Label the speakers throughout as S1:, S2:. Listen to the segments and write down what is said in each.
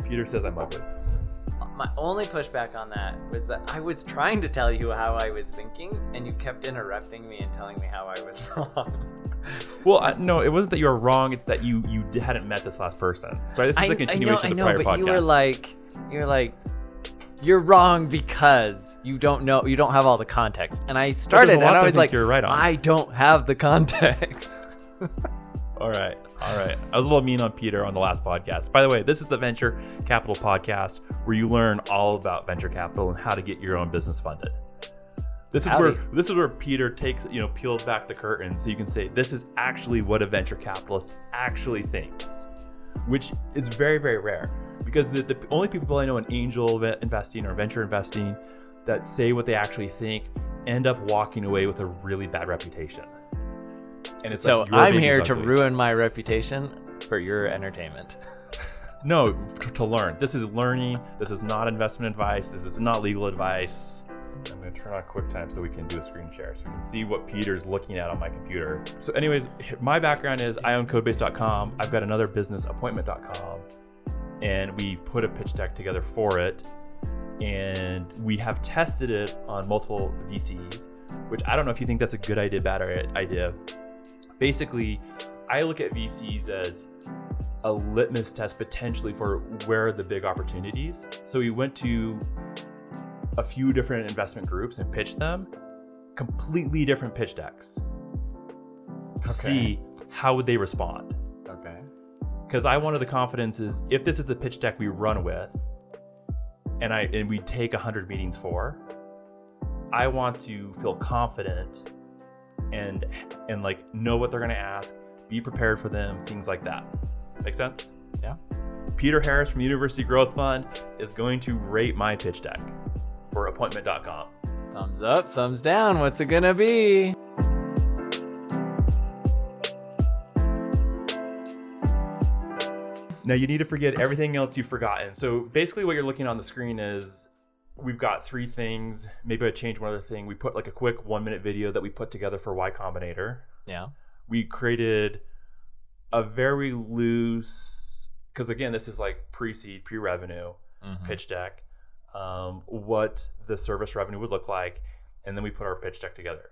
S1: computer says I'm ugly.
S2: My only pushback on that was that I was trying to tell you how I was thinking, and you kept interrupting me and telling me how I was wrong.
S1: Well, I, no, it wasn't that you were wrong. It's that you you d- hadn't met this last person. So this is
S2: I-
S1: a continuation
S2: I know,
S1: of the
S2: I
S1: prior
S2: know, but
S1: podcast.
S2: you were like, you're like, you're wrong because you don't know, you don't have all the context. And I started, and
S1: lot that
S2: I
S1: I
S2: was
S1: think
S2: like,
S1: you're right on.
S2: I don't have the context.
S1: All right. All right. I was a little mean on Peter on the last podcast. By the way, this is the Venture Capital Podcast where you learn all about venture capital and how to get your own business funded. This is
S2: Howdy.
S1: where this is where Peter takes, you know, peels back the curtain so you can say this is actually what a venture capitalist actually thinks, which is very very rare because the, the only people I know in angel ve- investing or venture investing that say what they actually think end up walking away with a really bad reputation. And it's
S2: so
S1: like, your
S2: I'm
S1: baby's
S2: here to
S1: ugly.
S2: ruin my reputation for your entertainment.
S1: No, to, to learn. This is learning. This is not investment advice. This is not legal advice. I'm gonna turn on QuickTime so we can do a screen share, so we can see what Peter's looking at on my computer. So, anyways, my background is I own Codebase.com. I've got another business, Appointment.com, and we put a pitch deck together for it, and we have tested it on multiple VCs. Which I don't know if you think that's a good idea, bad idea. Basically, I look at VCs as a litmus test potentially for where are the big opportunities. So we went to a few different investment groups and pitched them completely different pitch decks to
S2: Okay.
S1: see how would they respond.
S2: Okay.
S1: Because I wanted the confidence is if this is a pitch deck we run with, and I and we take hundred meetings for, I want to feel confident and and like know what they're gonna ask, be prepared for them, things like that. Make sense?
S2: Yeah.
S1: Peter Harris from University Growth Fund is going to rate my pitch deck for appointment.com.
S2: Thumbs up, thumbs down. What's it gonna be?
S1: Now you need to forget everything else you've forgotten. So basically, what you're looking on the screen is we've got three things. Maybe I change one other thing. We put like a quick one minute video that we put together for Y Combinator.
S2: Yeah.
S1: We created a very loose, because again, this is like pre seed, pre revenue
S2: Mhm.
S1: pitch deck, um, what the service revenue would look like, and then we put our pitch deck together.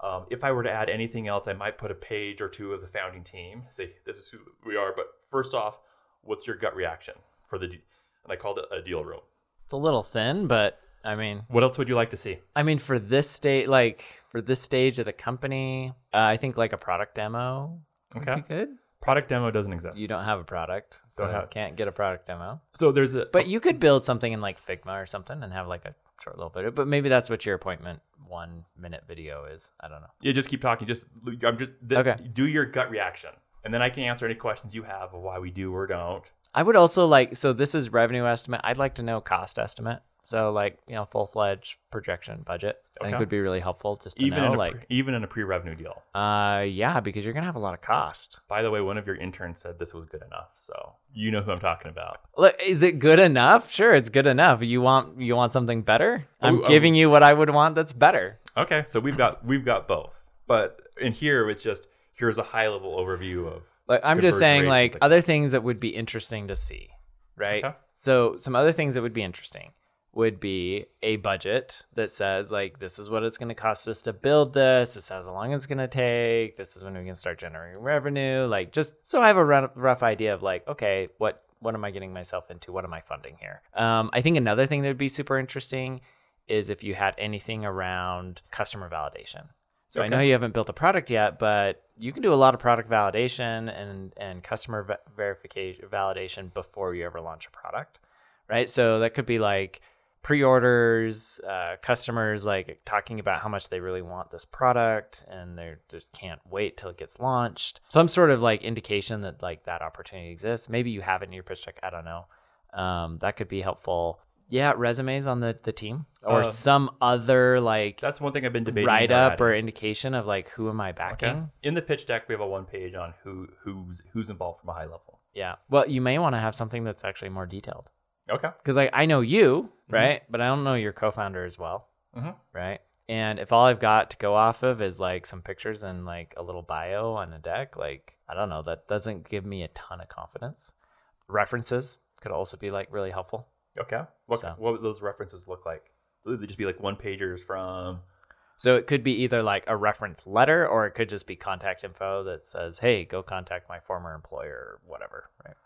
S1: Um, if I were to add anything else, I might put a page or two of the founding team. Say this is who we are. But first off, what's your gut reaction for the? De- and I called it a deal room.
S2: It's a little thin, but I mean,
S1: What else would you like to see?
S2: I mean, for this state, like for this stage of the company, uh, I think like a product demo would
S1: Okay.
S2: be good.
S1: Product demo doesn't exist.
S2: Mm-hmm. You don't have a product, so
S1: Don't
S2: you
S1: have-
S2: can't get a product demo.
S1: So there's a
S2: But you could build something in like Figma or something and have like a short little video. But maybe that's what your appointment one minute video is. I don't know.
S1: you just keep talking. Just I'm just th-
S2: Okay.
S1: Do your gut reaction, and then I can answer any questions you have of why we do or don't.
S2: I would also like so this is revenue estimate. I'd like to know cost estimate. So like you know full fledged projection budget. I
S1: Okay.
S2: think would be really helpful just to
S1: Even
S2: know
S1: in a
S2: like
S1: pre- even in a pre-revenue deal.
S2: uh yeah because you're gonna have a lot of cost.
S1: By the way, one of your interns said this was good enough, so you know who I'm talking about.
S2: Look, is it good enough? Sure, it's good enough. You want you want something better? I'm
S1: Ooh,
S2: giving you what I would want that's better.
S1: Okay, so we've got we've got both, but in here it's just here's a high level overview of
S2: Like I'm
S1: Conversion
S2: just saying
S1: rate,
S2: like
S1: like-
S2: other things that would be interesting to see, right?
S1: Okay.
S2: So some other things that would be interesting would be a budget that says like this is what it's going to cost us to build this, this is how long it's going to take, this is when we can start generating revenue, like just so I have a rough, rough idea of like okay, what what am I getting myself into? What am I funding here? Um, I think another thing that would be super interesting is if you had anything around customer validation. So I know
S1: Okay.
S2: you haven't built a product yet, but you can do a lot of product validation and and customer ve- verification validation before you ever launch a product, right? So that could be like pre-orders, uh, customers like talking about how much they really want this product and they just can't wait till it gets launched. Some sort of like indication that like that opportunity exists. Maybe you have it in your pitch deck. I don't know. Um, that could be helpful. Yeah, resumes on the the team or
S1: Uh,
S2: some other like
S1: that's one thing I've been debating.
S2: write
S1: about
S2: up
S1: adding.
S2: or indication of like who am I backing?
S1: okay. In the pitch deck, we have a one page on who who's who's involved from a high level.
S2: Yeah. Well, you may want to have something that's actually more detailed
S1: Okay,
S2: because like I know you, right? But I don't know your co-founder as well,
S1: Mhm.
S2: right? And if all I've got to go off of is like some pictures and like a little bio on a deck, like I don't know, that doesn't give me a ton of confidence. References could also be like really helpful.
S1: Okay. What,
S2: So.
S1: what would those references look like? Would they just be like one pagers from?
S2: So it could be either like a reference letter or it could just be contact info that says, "Hey, go contact my former employer or whatever." Right?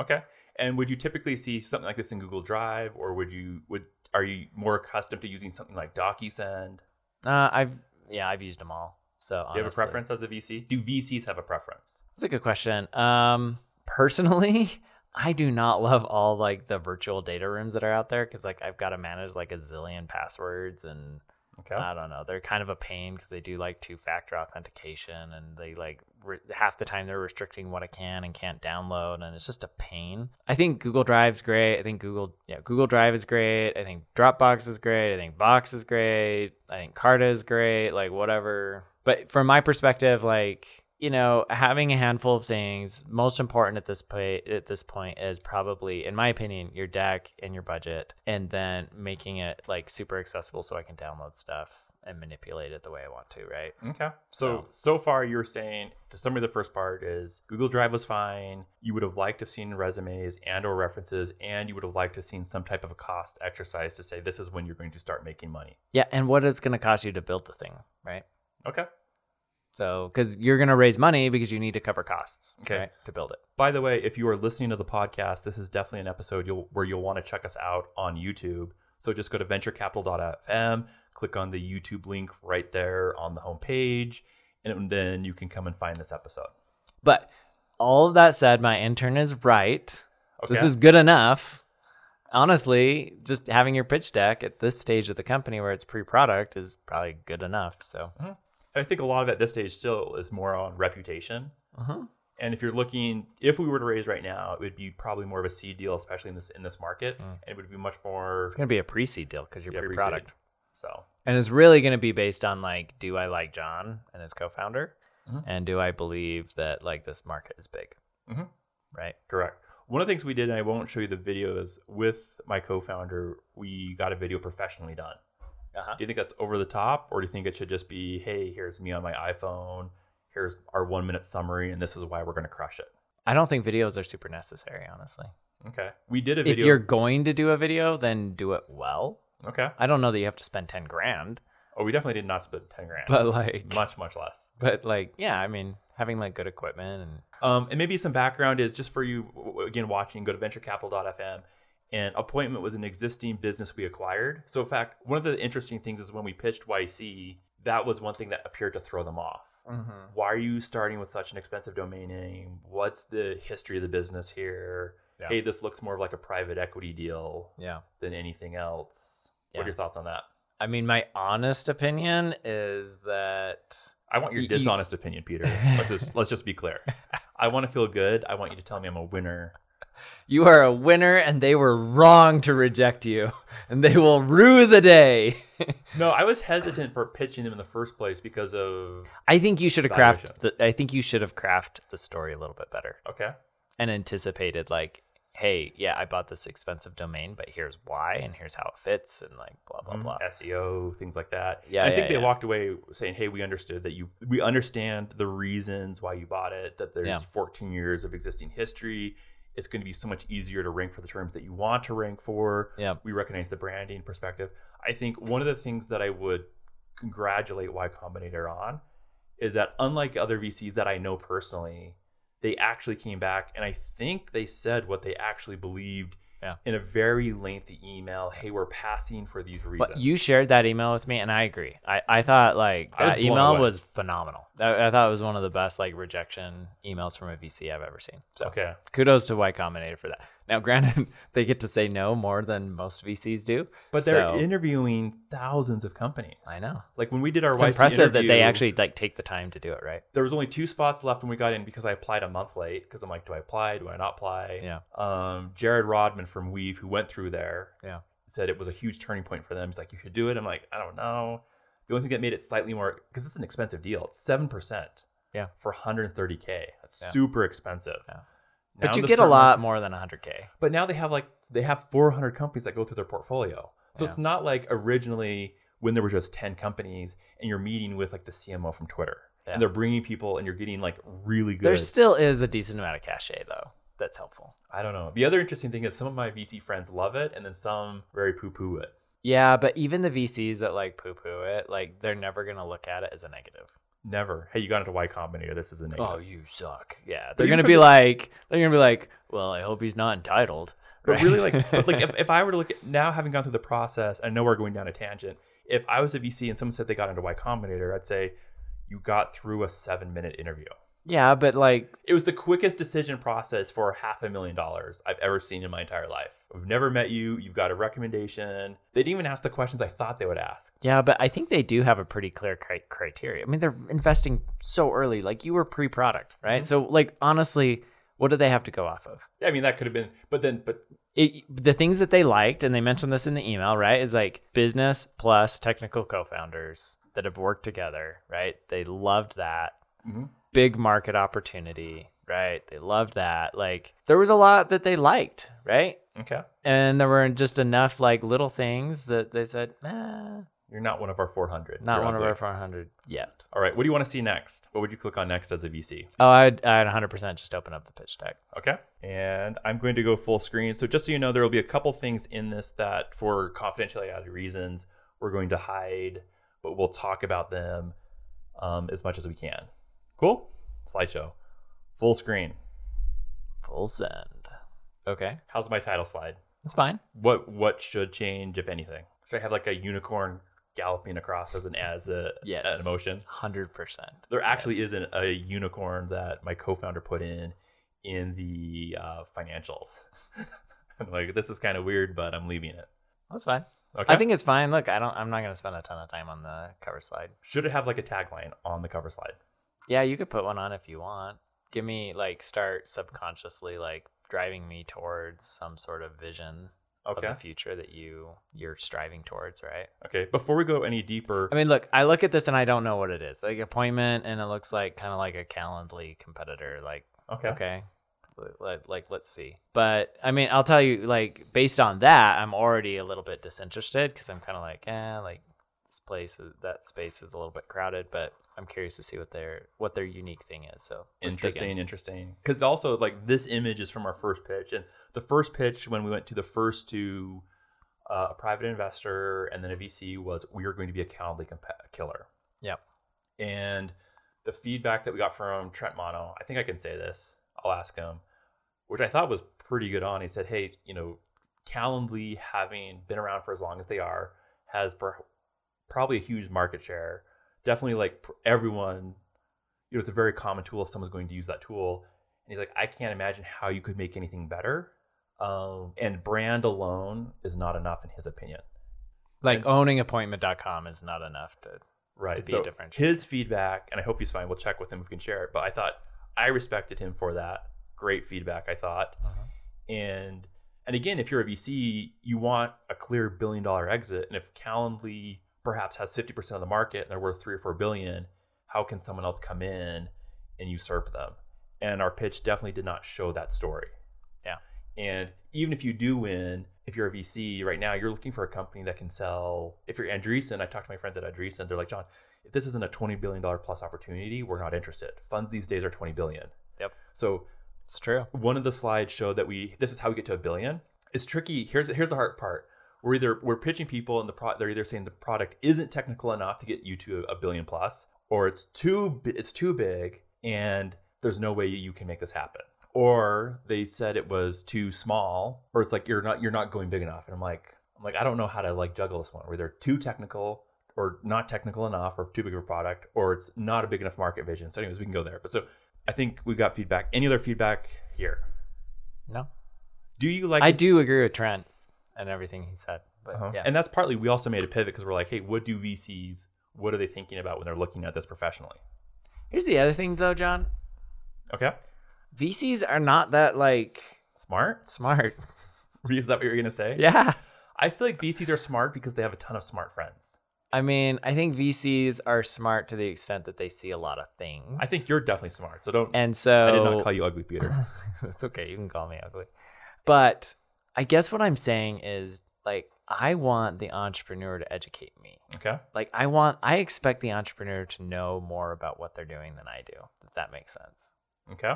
S1: Okay. And would you typically see something like this in Google Drive, or would you would are you more accustomed to using something like DocuSend?
S2: Uh, I've yeah, I've used them all. So
S1: Do you have a
S2: honestly.
S1: preference as a VC? Do VCs have a preference?
S2: That's a good question. Um, personally, I do not love all like the virtual data rooms that are out there because like I've got to manage like a zillion passwords and
S1: Okay.
S2: I don't know. They're kind of a pain because they do like two factor authentication and they like re- half the time they're restricting what I can and can't download and it's just a pain. I think Google Drive's great. I think Google yeah, Google Drive is great. I think Dropbox is great. I think Box is great. I think Carta is great, like whatever. But from my perspective like you know, having a handful of things, most important at this point at this point is probably, in my opinion, your deck and your budget, and then making it like super accessible so I can download stuff and manipulate it the way I want to, right?
S1: Okay. So so far you're saying to summary the first part is Google Drive was fine. You would have liked to have seen resumes and or references, and you would have liked to have seen some type of a cost exercise to say this is when you're going to start making money.
S2: Yeah, and what it's going to cost you to build the thing, right?
S1: Okay.
S2: So, because you're going to raise money because you need to cover costs,
S1: Okay.
S2: right, to build it.
S1: By the way, if you are listening to the podcast, this is definitely an episode you'll, where you'll want to check us out on YouTube. So just go to venturecapital.fm, click on the YouTube link right there on the homepage, and then you can come and find this episode.
S2: But all of that said, my intern is right.
S1: Okay.
S2: This is good enough. Honestly, just having your pitch deck at this stage of the company where it's pre-product is probably good enough. So,
S1: I think a lot of it at this stage still is more on reputation.
S2: Mhm.
S1: And if you're looking, if we were to raise right now, it would be probably more of a seed deal, especially in this in this market, and it would be much more
S2: Mm. it's going to be a pre-seed deal because you're
S1: yeah, pre-seed.
S2: pre-product,
S1: So
S2: and it's really going to be based on like, do I like John and his co-founder,
S1: Mm-hmm.
S2: and do I believe that like this market is big,
S1: Mhm.
S2: right?
S1: Correct. One of the things we did, and I won't show you the video, is with my co-founder, we got a video professionally done.
S2: Uh-huh.
S1: Do you think that's over the top, or do you think it should just be, hey, here's me on my iPhone, here's our one minute summary, and this is why we're gonna crush it?
S2: I don't think videos are super necessary, honestly.
S1: Okay. We did a
S2: If
S1: video.
S2: you're going to do a video, then do it well.
S1: Okay.
S2: I don't know that you have to spend ten grand,
S1: Oh, we definitely did not spend ten grand.
S2: but like,
S1: much, much less.
S2: but like, yeah, I mean, having like good equipment and
S1: Um, and maybe some background is just for you, w- w- again, watching, go to venturecapital.fm. And Appointment was an existing business we acquired. So, in fact, one of the interesting things is when we pitched YC, that was one thing that appeared to throw them off. Why are you starting with such an expensive domain name? What's the history of the business here?
S2: Yeah.
S1: Hey, this looks more of like a private equity deal
S2: yeah.
S1: than anything else. What
S2: Yeah.
S1: are your thoughts on that?
S2: I mean, my honest opinion is that
S1: I want your
S2: Y- y-
S1: dishonest opinion, Peter. Let's just let's just be clear. I want to feel good. I want you to tell me I'm a winner.
S2: you are a winner and they were wrong to reject you and they will rue the day.
S1: No, I was hesitant for pitching them in the first place because of
S2: I think you should have crafted
S1: Valuation.
S2: the, I think you should have crafted the story a little bit better
S1: okay,
S2: and anticipated like, hey, yeah, I bought this expensive domain, but here's why and here's how it fits and like blah
S1: mm, Mm-hmm.
S2: blah blah.
S1: SEO E things like that.
S2: Yeah,
S1: And I
S2: yeah,
S1: think they
S2: yeah.
S1: walked away saying, "Hey, we understood that you. We understand the reasons why you bought it. That there's
S2: Yeah.
S1: 14 years of existing history. It's going to be so much easier to rank for the terms that you want to rank for.
S2: Yeah.
S1: We recognize the branding perspective. I think one of the things that I would congratulate Y Combinator on is that unlike other VCs that I know personally, they actually came back and I think they said what they actually believed
S2: Yeah.
S1: in a very lengthy email. Hey, we're passing for these reasons.
S2: But you shared that email with me, and I agree. I, I thought like
S1: I was
S2: that
S1: blown
S2: email
S1: away.
S2: was phenomenal. I, I thought it was one of the best like rejection emails from a VC I've ever seen. So
S1: okay.
S2: kudos to Y Combinator for that. Now, granted, they get to say no more than most VCs do,
S1: But they're
S2: so-
S1: interviewing thousands of companies.
S2: I know.
S1: Like when we did our
S2: It's
S1: YC
S2: impressive that they
S1: interview,
S2: actually like take the time to do it, right?
S1: there was only two spots left when we got in because I applied a month late because I'm like, do I apply? Do I not apply?
S2: Yeah.
S1: Um, Jared Rodman from Weave, who went through there,
S2: Yeah.
S1: said it was a huge turning point for them. He's like, you should do it. I'm like, I don't know. The only thing that made it slightly more because it's an expensive deal. It's seven percent.
S2: Yeah.
S1: For 130k, that's
S2: Yeah.
S1: super expensive.
S2: Yeah.
S1: Now
S2: but you
S1: the
S2: get a
S1: stock
S2: lot more than 100k.
S1: but now they have like they have 400 companies that go through their portfolio so
S2: Yeah.
S1: it's not like originally when there were just 10 companies and you're meeting with like the cmo from twitter
S2: Yeah.
S1: and they're bringing people and you're getting like really good
S2: There still is a decent amount of cachet though. that's helpful.
S1: I don't know. The other interesting thing is some of my VC friends love it, and then some very poo poo it.
S2: Yeah, but even the VCs that like poo poo it, like they're never gonna look at it as a negative.
S1: Never. Hey, you got into Y Combinator. This is a negative.
S2: Oh, you suck. Yeah, they're
S1: even
S2: gonna
S1: for
S2: be
S1: the-
S2: like they're gonna be like, well, I hope he's not entitled.
S1: But
S2: right?
S1: really, like, but like, if, if I were to look at now, having gone through the process, I know we're going down a tangent. If I was a VC and someone said they got into Y Combinator, I'd say you got through a seven-minute interview.
S2: yeah, but like
S1: It was the quickest decision process for half a million dollars I've ever seen in my entire life. I've never met you. You've got a recommendation. They didn't even ask the questions I thought they would ask.
S2: Yeah, but I think they do have a pretty clear cri- criteria. I mean, they're investing so early. Like you were pre-product, right? So, like honestly, what do they have to go off of?
S1: Yeah, I mean, that could have been, but then, but
S2: It, the things that they liked, and they mentioned this in the email, right? Is like business plus technical co-founders that have worked together, right? They loved that
S1: Mhm.
S2: big market opportunity, right? They loved that. Like there was a lot that they liked, right?
S1: okay,
S2: And there were just enough like little things that they said, nah,
S1: you're not one of our 400.
S2: not
S1: You're
S2: one of
S1: ugly.
S2: our 400 yet.
S1: All right, what do you want to see next? What would you click on next as a VC?
S2: Oh, I'd, I'd 100% just open up the pitch deck.
S1: Okay. And I'm going to go full screen. So just so you know, there will be a couple things in this that for confidentiality reasons, we're going to hide, but we'll talk about them um, as much as we can. Cool? Slideshow. Full screen.
S2: Full send. Okay.
S1: How's my title slide?
S2: That's fine.
S1: What what should change, if anything? Should I have like a unicorn galloping across as an as a
S2: Yes.
S1: an emotion?
S2: 100%.
S1: There actually isn't a unicorn that my co-founder put in in the uh, financials. I'm like, this is kind of weird, but I'm leaving it.
S2: That's fine.
S1: Okay.
S2: I think it's fine. Look, I don't, I'm not going to spend a ton of time on the cover slide.
S1: should it have like a tagline on the cover slide?
S2: Yeah, you could put one on if you want. Give me like start subconsciously like driving me towards some sort of vision
S1: Okay.
S2: of the future that you you're striving towards, right?
S1: Okay. Before we go any deeper,
S2: I mean, look, I look at this and I don't know what it is. Like appointment and it looks like kind of like a Calendly competitor like
S1: okay.
S2: Okay. Like, like, let's see. But I mean, I'll tell you, like, based on that, I'm already a little bit disinterested because I'm kind of like, eh, like this place, is, that space is a little bit crowded. But I'm curious to see what their what their unique thing is. So let's dig in.
S1: Interesting, interesting. Because also, like, this image is from our first pitch. And the first pitch, when we went to the first two, uh, a private investor and then a VC, was we are going to be a Calendly compa- killer.
S2: Yep.
S1: And the feedback that we got from Trent Mono, I think I can say this, I'll ask him, which I thought was pretty good on. He said, hey, you know, Calendly, having been around for as long as they are, has per- probably a huge market share. Definitely, like, pr- everyone you know, it's a very common tool if someone's going to use that tool. And he's like, I can't imagine how you could make anything better. Um, and brand alone is not enough in his opinion.
S2: Like
S1: And-
S2: owning appointment.com is not enough to.
S1: Right.
S2: To be
S1: so
S2: a differentiator.
S1: his feedback, and I hope he's fine. We'll check with him if we can share it. But I thought I respected him for that. Great feedback, I thought. And and again, if you're a VC, you want a clear billion dollar exit. And if Calendly perhaps has 50% of the market and they're worth three or four billion, how can someone else come in and usurp them? And our pitch definitely did not show that story.
S2: Yeah.
S1: And even if you do win, if you're a VC right now, you're looking for a company that can sell. If you're Andreessen, I talked to my friends at Andreessen, they're like, John, if this isn't a $20 billion plus opportunity, we're not interested. Funds these days are 20 billion.
S2: Yep.
S1: So
S2: It's true.
S1: one of the slides showed that we this is how we get to a billion. It's tricky. Here's here's the hard part. We're either we're pitching people and the pro, they're either saying the product isn't technical enough to get you to a billion plus, or it's too bi- it's too big and there's no way you can make this happen. Or they said it was too small, or it's like you're not you're not going big enough. And I'm like I'm like I don't know how to like juggle this one. We're either too technical or not technical enough or too big of a product or it's not a big enough market vision. So anyways, we can go there. But so I think we got feedback. Any other feedback here?
S2: No,
S1: Do you like?
S2: I
S1: this-
S2: do agree with Trent and everything he said. But
S1: Uh-huh.
S2: yeah,
S1: And that's partly we also made a pivot because we're like, hey, what do VCs? What are they thinking about when they're looking at this professionally?
S2: here's the other thing though, John.
S1: Okay,
S2: VCs are not that like
S1: smart.
S2: smart.
S1: Is that what you're gonna say?
S2: yeah.
S1: I feel like VCs are smart because they have a ton of smart friends.
S2: I mean, I think VCs are smart to the extent that they see a lot of things.
S1: I think you're definitely smart. So don't.
S2: and so
S1: I did not call you ugly, Peter.
S2: it's okay. You can call me ugly, but I guess what I'm saying is like I want the entrepreneur to educate me.
S1: Okay.
S2: Like I want, I expect the entrepreneur to know more about what they're doing than I do. If that makes sense.
S1: Okay.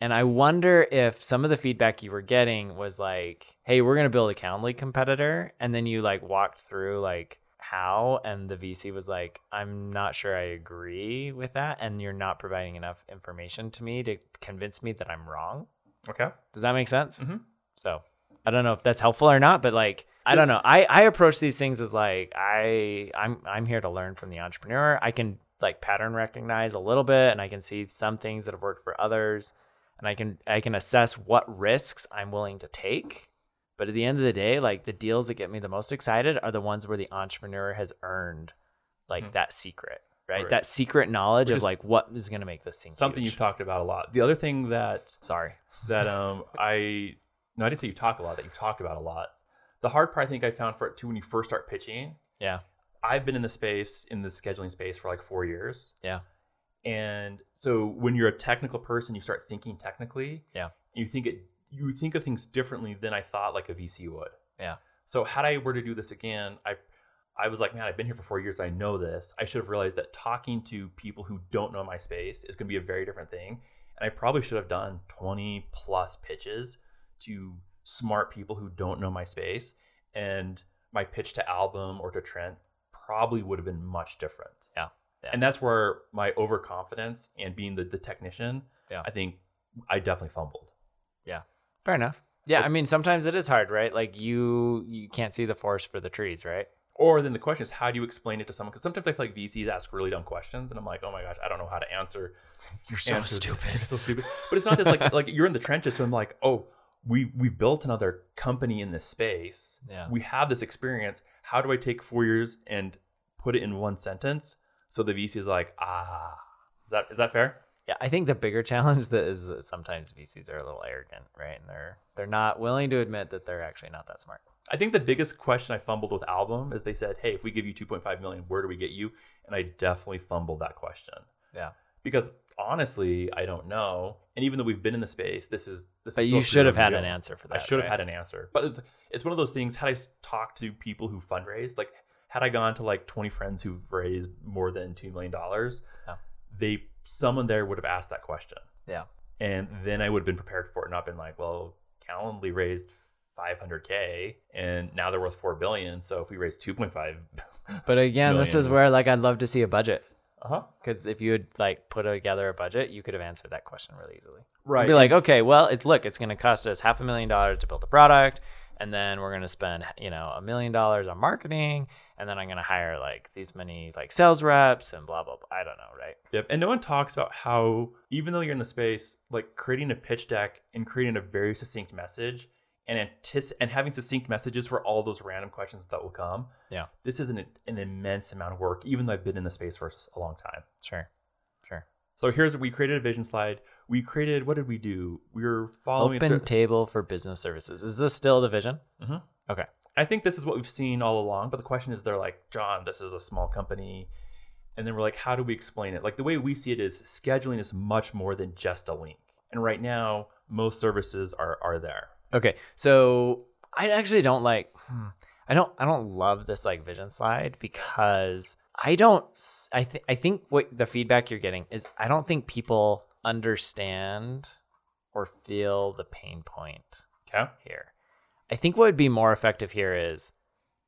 S2: And I wonder if some of the feedback you were getting was like, "Hey, we're going to build a Calendly competitor," and then you like walked through like how, and the VC was like, "I'm not sure I agree with that," and you're not providing enough information to me to convince me that I'm wrong.
S1: Okay.
S2: Does that make sense?
S1: Mhm.
S2: So I don't know if that's helpful or not, but like I don't know. I I approach these things as like I I'm I'm here to learn from the entrepreneur. I can like pattern recognize a little bit, and I can see some things that have worked for others, and I can I can assess what risks I'm willing to take. But at the end of the day, like the deals that get me the most excited are the ones where the entrepreneur has earned like
S1: Mhm.
S2: that secret, right?
S1: Right.
S2: That secret knowledge
S1: Which
S2: of
S1: is
S2: like what is going to make this thing
S1: Something
S2: huge.
S1: you've talked about a lot. The other thing that
S2: Sorry.
S1: that um I no, I didn't say you talk a lot. That you've talked about a lot. The hard part I think I found for it too when you first start pitching.
S2: Yeah.
S1: I've been in the space in the scheduling space for like four years.
S2: Yeah.
S1: And so when you're a technical person, you start thinking technically.
S2: Yeah.
S1: You think it. You think of things differently than I thought like a VC would.
S2: Yeah.
S1: So had I were to do this again, I, I was like, man, I've been here for four years. I know this. I should have realized that talking to people who don't know my space is going to be a very different thing. And I probably should have done 20 plus pitches to smart people who don't know my space. And my pitch to Album or to Trent probably would have been much different.
S2: Yeah, yeah.
S1: And that's where my overconfidence and being the, the technician,
S2: Yeah.
S1: I think I definitely fumbled.
S2: Fair enough. Yeah, I mean sometimes it is hard, right? Like you you can't see the forest for the trees, right?
S1: Or then the question is, how do you explain it to someone? Because sometimes I feel like VCs ask really dumb questions, and I'm like, oh my gosh, I don't know how to answer.
S2: You're
S1: answer- You're so stupid. But it's not just like like you're in the trenches, so I'm like, oh, we we've built another company in this space.
S2: Yeah.
S1: We have this experience. How do I take four years and put it in one sentence? So the VC is like, ah, is that is that fair?
S2: Yeah, I think the bigger challenge that is that sometimes VCs are a little arrogant, right? And they're they're not willing to admit that they're actually not that smart.
S1: I think the biggest question I fumbled with Album is they said, "Hey, if we give you 2.5 million, where do we get you?" And I definitely fumbled that question.
S2: Yeah.
S1: Because honestly, I don't know. And even though we've been in the space, this is this
S2: But
S1: is
S2: you
S1: still
S2: should have had
S1: real.
S2: an answer for that.
S1: I should have
S2: right?
S1: had an answer. But it's it's one of those things. Had I s- talked to people who fundraise, like had I gone to like 20 friends who've raised more than two million dollars,
S2: Yeah.
S1: they someone there would have asked that question.
S2: Yeah.
S1: And then I would have been prepared for it, not been like, well, Calendly raised 500k, and now they're worth four billion. So if we raise 2.5, uh
S2: But again, this is
S1: Million.
S2: where like I'd love to see a budget.
S1: huh,
S2: Because if you had like put together a budget, you could have answered that question really easily.
S1: right,
S2: Be like, okay, well, it's look, it's going to cost us half a million dollars to build the product, and then we're going to spend, you know, a million dollars on marketing, and then I'm going to hire like these many like sales reps and blah blah blah. I don't know, right?
S1: Yep. And no one talks about how, even though you're in the space, like creating a pitch deck and creating a very succinct message and antici- and having succinct messages for all those random questions that will come.
S2: Yeah.
S1: This is an, an immense amount of work, even though I've been in the space for s- a long time.
S2: Sure, sure.
S1: So here's we created a vision slide. We created what did we do? We were following.
S2: Open
S1: through-
S2: table for business services. Is this still the vision?
S1: I think this is what we've seen all along, but the question is they're like, John, this is a small company. And then we're like, how do we explain it? Like the way we see it is scheduling is much more than just a link. And right now, most services are are there.
S2: Okay, so I actually don't like. hmm, I don't. I don't love this like vision slide because I don't. s- I think. I think what the feedback you're getting is I don't think people understand or feel the pain point
S1: Okay.
S2: here. I think what would be more effective here is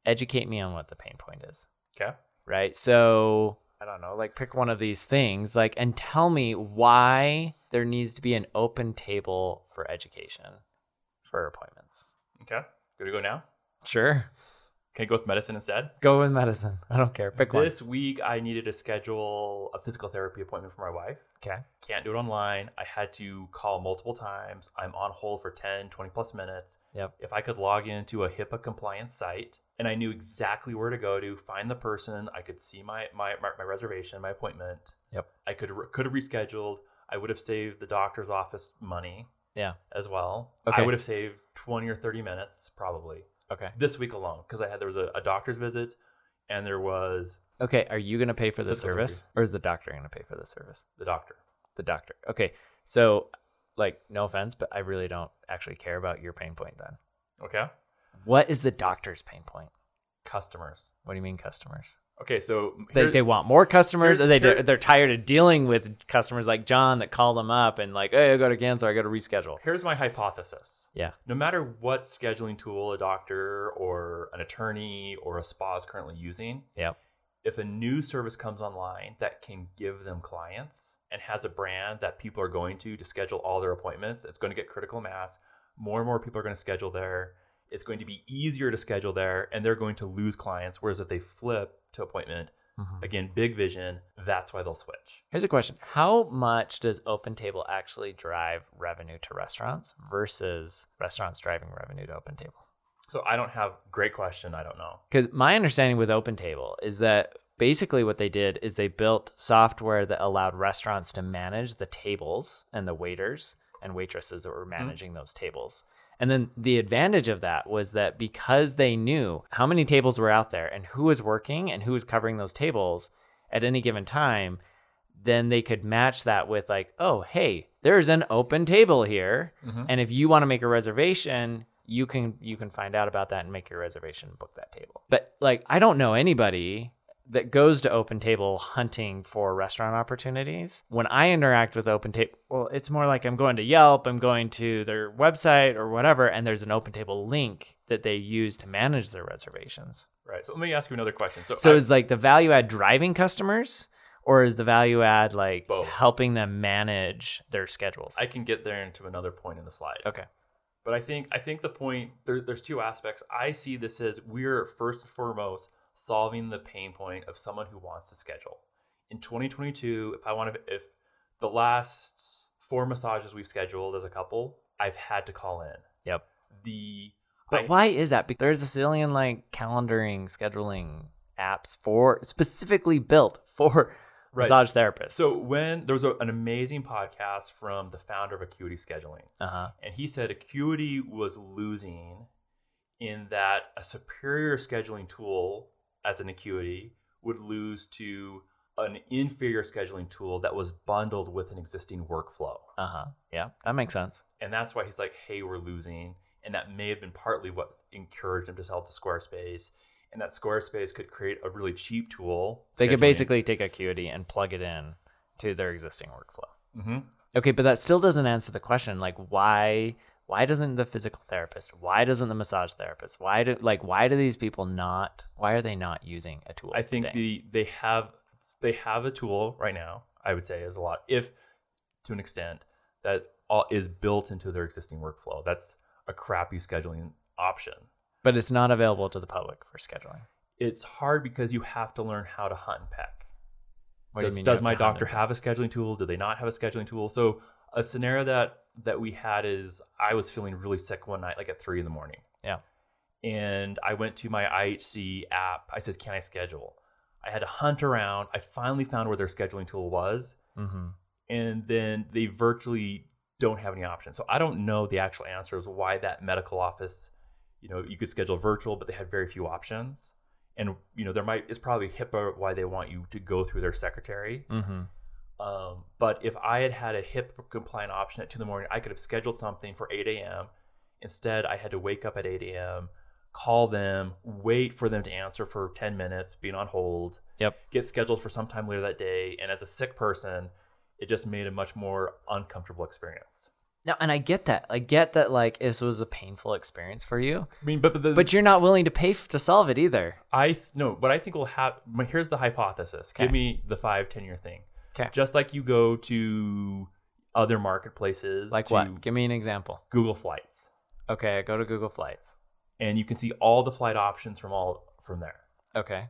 S2: educate me on what the pain point is
S1: Okay.
S2: right? So I don't know, like pick one of these things, like, and tell me why there needs to be an open table for education for appointments.
S1: Okay. Good to go now.
S2: Sure.
S1: Can I go with medicine instead?
S2: Go with medicine. I don't care. Pick one.
S1: This week I needed to schedule a physical therapy appointment for my wife.
S2: Okay.
S1: Can't do it online. I had to call multiple times. I'm on hold for 10, 20 plus minutes.
S2: Yep.
S1: if I could log into a HIPAA compliance site and I knew exactly where to go to find the person, I could see my my my, my reservation, my appointment.
S2: Yep.
S1: I could re- could have rescheduled. I would have saved the doctor's office money.
S2: Yeah.
S1: As well.
S2: Okay.
S1: I would have saved 20 or 30 minutes probably
S2: Okay.
S1: this week alone because I had there was a, a doctor's visit and there was
S2: Okay. Are you going to pay for the
S1: This will
S2: service or is the doctor going to pay for the service?
S1: the doctor.
S2: The doctor. Okay. So, like, no offense, but I really don't actually care about your pain point then.
S1: Okay.
S2: What is the doctor's pain point?
S1: Customers.
S2: What do you mean, customers?
S1: Okay, so
S2: They,
S1: here-
S2: they want more customers,
S1: here's-
S2: or they
S1: here-
S2: they're tired of dealing with customers like John that call them up and like, hey, I got to cancel, I got to reschedule.
S1: here's my hypothesis.
S2: Yeah,
S1: No matter what scheduling tool a doctor or an attorney or a spa is currently using,
S2: Yep.
S1: if a new service comes online that can give them clients and has a brand that people are going to to schedule all their appointments, it's going to get critical mass. More and more people are going to schedule there. It's going to be easier to schedule there and they're going to lose clients. Whereas if they flip to appointment,
S2: Mhm.
S1: again, big vision, that's why they'll switch.
S2: Here's a question: How much does Open Table actually drive revenue to restaurants versus restaurants driving revenue to Open Table?
S1: So I don't have great question. I don't know.
S2: Because my understanding with OpenTable is that basically what they did is they built software that allowed restaurants to manage the tables and the waiters and waitresses that were managing those tables. And then the advantage of that was that because they knew how many tables were out there and who was working and who was covering those tables at any given time, then they could match that with like, oh, hey, there's an open table here, and if you want to make a reservation, you can you can find out about that and make your reservation and book that table. But like, I don't know anybody that goes to open table hunting for restaurant opportunities. When I interact with open table, well, it's more like I'm going to Yelp, I'm going to their website or whatever, and there's an open table link that they use to manage their reservations.
S1: Right. So let me ask you another question. So,
S2: So
S1: I-
S2: is like the value add driving customers, or is the value add like
S1: Both.
S2: helping them manage their schedules?
S1: I can get there into another point in the slide.
S2: okay.
S1: But I think I think the point there, there's two aspects. I see this as we're first and foremost solving the pain point of someone who wants to schedule. In 2022, if I want to, if the last four massages we've scheduled as a couple, I've had to call in.
S2: Yep.
S1: The
S2: But
S1: I-
S2: why is that? Because there's a zillion like calendaring, scheduling apps for specifically built for
S1: Right.
S2: massage therapists.
S1: so when there was a, an amazing podcast from the founder of Acuity Scheduling,
S2: uh huh.
S1: and he said Acuity was losing in that a superior scheduling tool as an Acuity would lose to an inferior scheduling tool that was bundled with an existing workflow.
S2: Uh huh. Yeah, that makes sense.
S1: And that's why he's like, hey, we're losing. And that may have been partly what encouraged him to sell to Squarespace. And that Squarespace could create a really cheap tool.
S2: They could
S1: scheduling.
S2: basically take Acuity and plug it in to their existing workflow.
S1: Mhm.
S2: Okay, but that still doesn't answer the question. Like, why? Why doesn't the physical therapist? Why doesn't the massage therapist? Why do like why do these people not? Why are they not using a tool?
S1: I think
S2: today?
S1: the they have they have a tool right now. I would say is a lot, if to an extent that all is built into their existing workflow. That's a crappy scheduling option.
S2: but it's not available to the public for scheduling.
S1: It's hard because you have to learn how to hunt and peck.
S2: What
S1: does
S2: do you mean? you
S1: does
S2: have
S1: my
S2: to hunt
S1: doctor
S2: and-
S1: have a scheduling tool? Do they not have a scheduling tool? So a scenario that that we had is I was feeling really sick one night, like at three in the morning.
S2: Yeah.
S1: And I went to my IHC app. I said, "Can I schedule?" I had to hunt around. I finally found where their scheduling tool was,
S2: Mhm.
S1: and then they virtually don't have any options. So I don't know the actual answer is why that medical office, you know, you could schedule virtual, but they had very few options. And you know, there might it's probably HIPAA why they want you to go through their secretary.
S2: Mhm.
S1: Um, but if I had had a HIP compliant option at two in the morning, I could have scheduled something for 8 a.m. Instead, I had to wake up at 8 a.m., call them, wait for them to answer for 10 minutes, being on hold,
S2: Yep.
S1: get scheduled for sometime later that day. And as a sick person, it just made a much more uncomfortable experience.
S2: No, and I get that. I get that. Like this was a painful experience for you,
S1: I mean, but but, the,
S2: but you're not willing to pay f- to solve it either.
S1: I th- no, what I think will happen. Here's the hypothesis. Give
S2: Okay.
S1: me the five ten year thing.
S2: 'Kay.
S1: Just like you go to other marketplaces,
S2: Like
S1: to
S2: what? Give me an example.
S1: Google Flights.
S2: Okay, I go to Google Flights.
S1: and you can see all the flight options from all from there.
S2: Okay,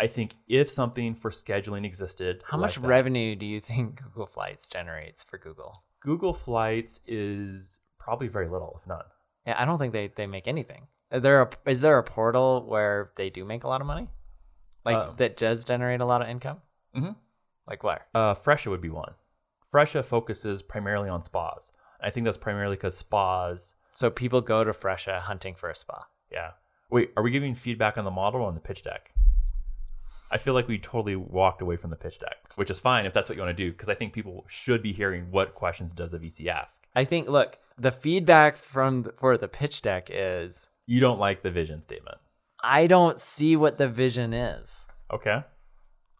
S1: I think if something for scheduling existed,
S2: how
S1: like
S2: much
S1: that-
S2: revenue do you think Google Flights generates for Google?
S1: Google Flights is probably very little, if none.
S2: Yeah, I don't think they they make anything. Is there a is there a portal where they do make a lot of money, like
S1: Um,
S2: that does generate a lot of income?
S1: Mhm.
S2: Like where?
S1: Uh, Fresha would be one. Fresha focuses primarily on spas. I think that's primarily because spas.
S2: So people go to Fresha hunting for a spa.
S1: Yeah. Wait, are we giving feedback on the model or on the pitch deck? I feel like we totally walked away from the pitch deck, which is fine if that's what you want to do, because I think people should be hearing what questions does a VC ask.
S2: I think. Look, the feedback from th- for the pitch deck is
S1: You don't like the vision statement.
S2: I don't see what the vision is.
S1: Okay.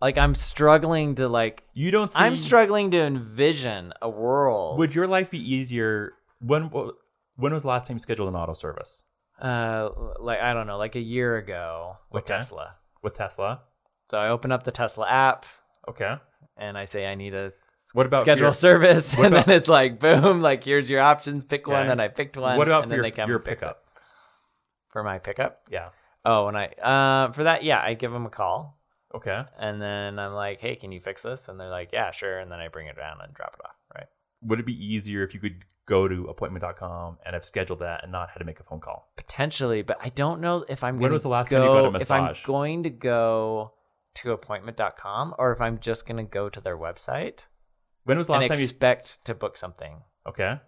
S2: Like I'm struggling to like
S1: You don't see.
S2: I'm struggling to envision a world.
S1: Would your life be easier when? When was the last time you scheduled an auto service
S2: uh like I don't know, like a year ago with
S1: Okay.
S2: Tesla.
S1: with Tesla?
S2: So I open up the Tesla app
S1: Okay.
S2: and I say I need a
S1: What about for
S2: schedule
S1: your-
S2: service
S1: what
S2: and
S1: about-
S2: then it's like boom, like here's your options, pick one
S1: Okay.
S2: and I picked one
S1: What about
S2: and
S1: for
S2: then
S1: your,
S2: they come
S1: your
S2: and fix it.
S1: pickup?
S2: for my pickup.
S1: Yeah.
S2: Oh, and I uh for that, yeah, I give them a call
S1: Okay.
S2: and then I'm like, "Hey, can you fix this?" and they're like, "Yeah, sure." And then I bring it down and drop it off, right?
S1: Would it be easier if you could go to appointment.com and have scheduled that and not had to make a phone call?
S2: Potentially, but I don't know if I'm
S1: When
S2: gonna
S1: was the last time
S2: go,
S1: you got a
S2: if I'm
S1: massage?
S2: going to go to appointment.com or if I'm just going to go to their website
S1: When was the
S2: and
S1: last time you?
S2: expect to book something.
S1: Okay.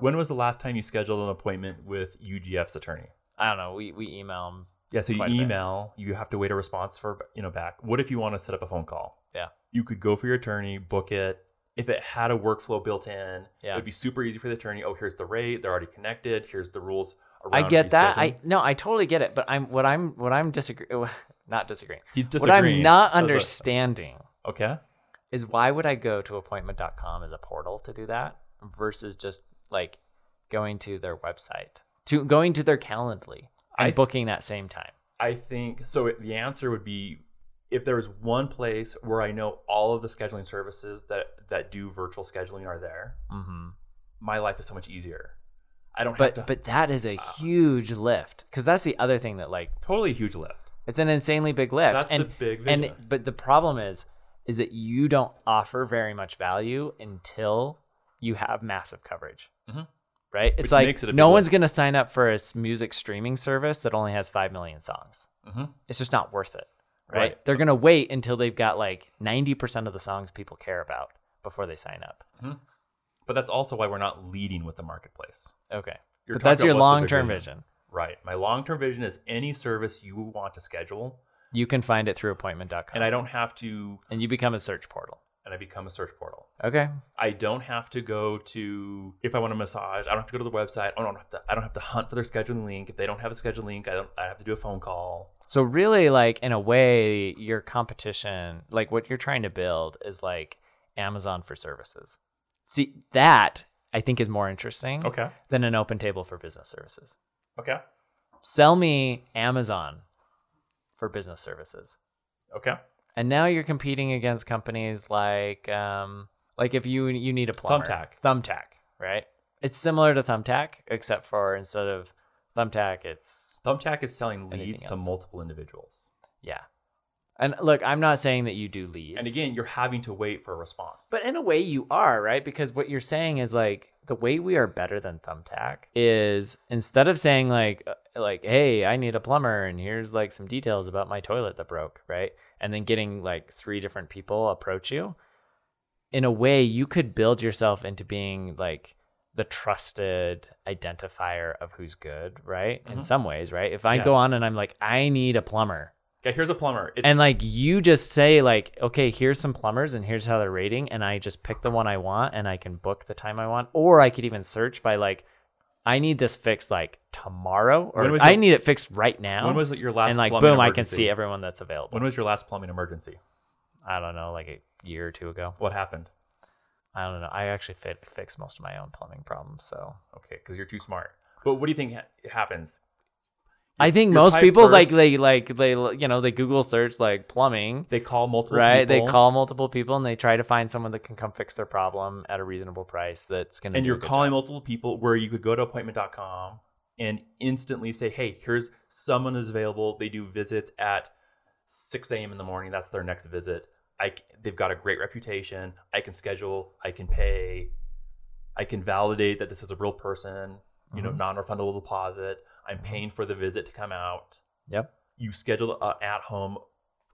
S1: When was the last time you scheduled an appointment with UGF's attorney?
S2: I don't know. We we email them.
S1: Yeah, so you
S2: Quite a bit.
S1: email, you have to wait a response for you know back. What if you want to set up a phone call?
S2: Yeah.
S1: You could go for your attorney, book it. If it had a workflow built in, it
S2: Yeah.
S1: would be super easy for the attorney. Oh, here's the rate, they're already connected, here's the rules
S2: I
S1: around
S2: get that. I
S1: rescheduling.
S2: no, I totally get it, but I'm what I'm what I'm disagreeing not disagreeing.
S1: He's
S2: What
S1: disagreeing.
S2: I'm not
S1: Does it-
S2: understanding
S1: Okay.
S2: is why would I go to appointment.com as a portal to do that versus just like going to their website to going to their Calendly and
S1: I-
S2: booking that same time.
S1: I think so. it- The answer would be if there is one place where I know all of the scheduling services that that do virtual scheduling are there,
S2: Mm-hmm.
S1: my life is so much easier. I don't have
S2: But
S1: to Ah.
S2: but that is a huge lift because that's the other thing that like
S1: totally huge lift.
S2: it's an insanely big lift.
S1: That's the
S2: and,
S1: big
S2: and
S1: vision.
S2: but the problem is is that you don't offer very much value until you have massive coverage.
S1: Mhm.
S2: Right? It's
S1: Which
S2: like
S1: makes it a
S2: no
S1: big
S2: one's going to sign up for a s- music streaming service that only has 5 million songs.
S1: Mhm.
S2: It's just not worth it. Right?
S1: Right.
S2: They're going to wait until they've got like 90% of the songs people care about before they sign up.
S1: But that's also why we're not leading with the marketplace.
S2: Okay.
S1: You're
S2: but that's
S1: talking
S2: your
S1: about what's the big
S2: long-term
S1: vision.
S2: vision.
S1: Right. My long term vision is any service you want to schedule,
S2: You can find it through appointment.com
S1: and I don't have to,
S2: and you become a search portal.
S1: and I become a search portal.
S2: Okay.
S1: I don't have to go to if I want a massage. I don't have to go to the website. I don't have to. I don't have to hunt for their scheduling link. If they don't have a scheduling link, I don't. I have to do a phone call.
S2: So really like in a way your competition like what you're trying to build is like Amazon for services. See that I think is more interesting
S1: Okay.
S2: than an open table for business services.
S1: Okay.
S2: Sell me Amazon for business services.
S1: Okay.
S2: And now you're competing against companies like um like if you you need a plumber.
S1: Thumbtack.
S2: Thumbtack, right? It's similar to Thumbtack except for instead of Thumbtack it's
S1: Thumbtack is selling leads
S2: Anything
S1: to
S2: else?
S1: multiple individuals,
S2: yeah. And look, I'm not saying that you do leads.
S1: and again, you're having to wait for a response.
S2: But in a way, you are, right? Because what you're saying is like the way we are better than Thumbtack is instead of saying like, uh, like, hey, I need a plumber and here's like some details about my toilet that broke, right? And then getting like three different people approach you. In a way, you could build yourself into being like the trusted identifier of who's good, right? In
S1: Mhm.
S2: some ways, right? If I go
S1: Yes.
S2: on and I'm like, I need a plumber,
S1: okay, here's a plumber. It's
S2: and like you just say like okay here's some plumbers and here's how they're rating and i just pick the one i want and i can book the time i want or i could even search by like i need this fixed like tomorrow or
S1: When was
S2: i
S1: your-
S2: need it fixed right now
S1: when was your last
S2: and like
S1: plumbing
S2: boom i can
S1: emergency?
S2: see everyone that's available
S1: When was your last plumbing emergency?
S2: i don't know like a year or two ago
S1: What happened?
S2: i don't know i actually fi- fixed most of my own plumbing problems so
S1: Okay, because you're too smart. But what do you think ha- happens?
S2: i think
S1: your
S2: most
S1: type
S2: people like
S1: first-
S2: they like they you know they google search like plumbing
S1: They call multiple
S2: right
S1: people,
S2: they call multiple people and they try to find someone that can come fix their problem at a reasonable price that's going to
S1: and you're calling multiple people where you could go to appointment.com and instantly say, "Hey, here's someone who's available. They do visits at 6 a.m. in the morning. That's their next visit. I c- they've got a great reputation. I can schedule. I can pay. I can validate that this is a real person. You know,
S2: Mhm.
S1: non-refundable deposit. I'm
S2: Mm-hmm.
S1: paying for the visit to come out.
S2: yep
S1: You scheduled an at-home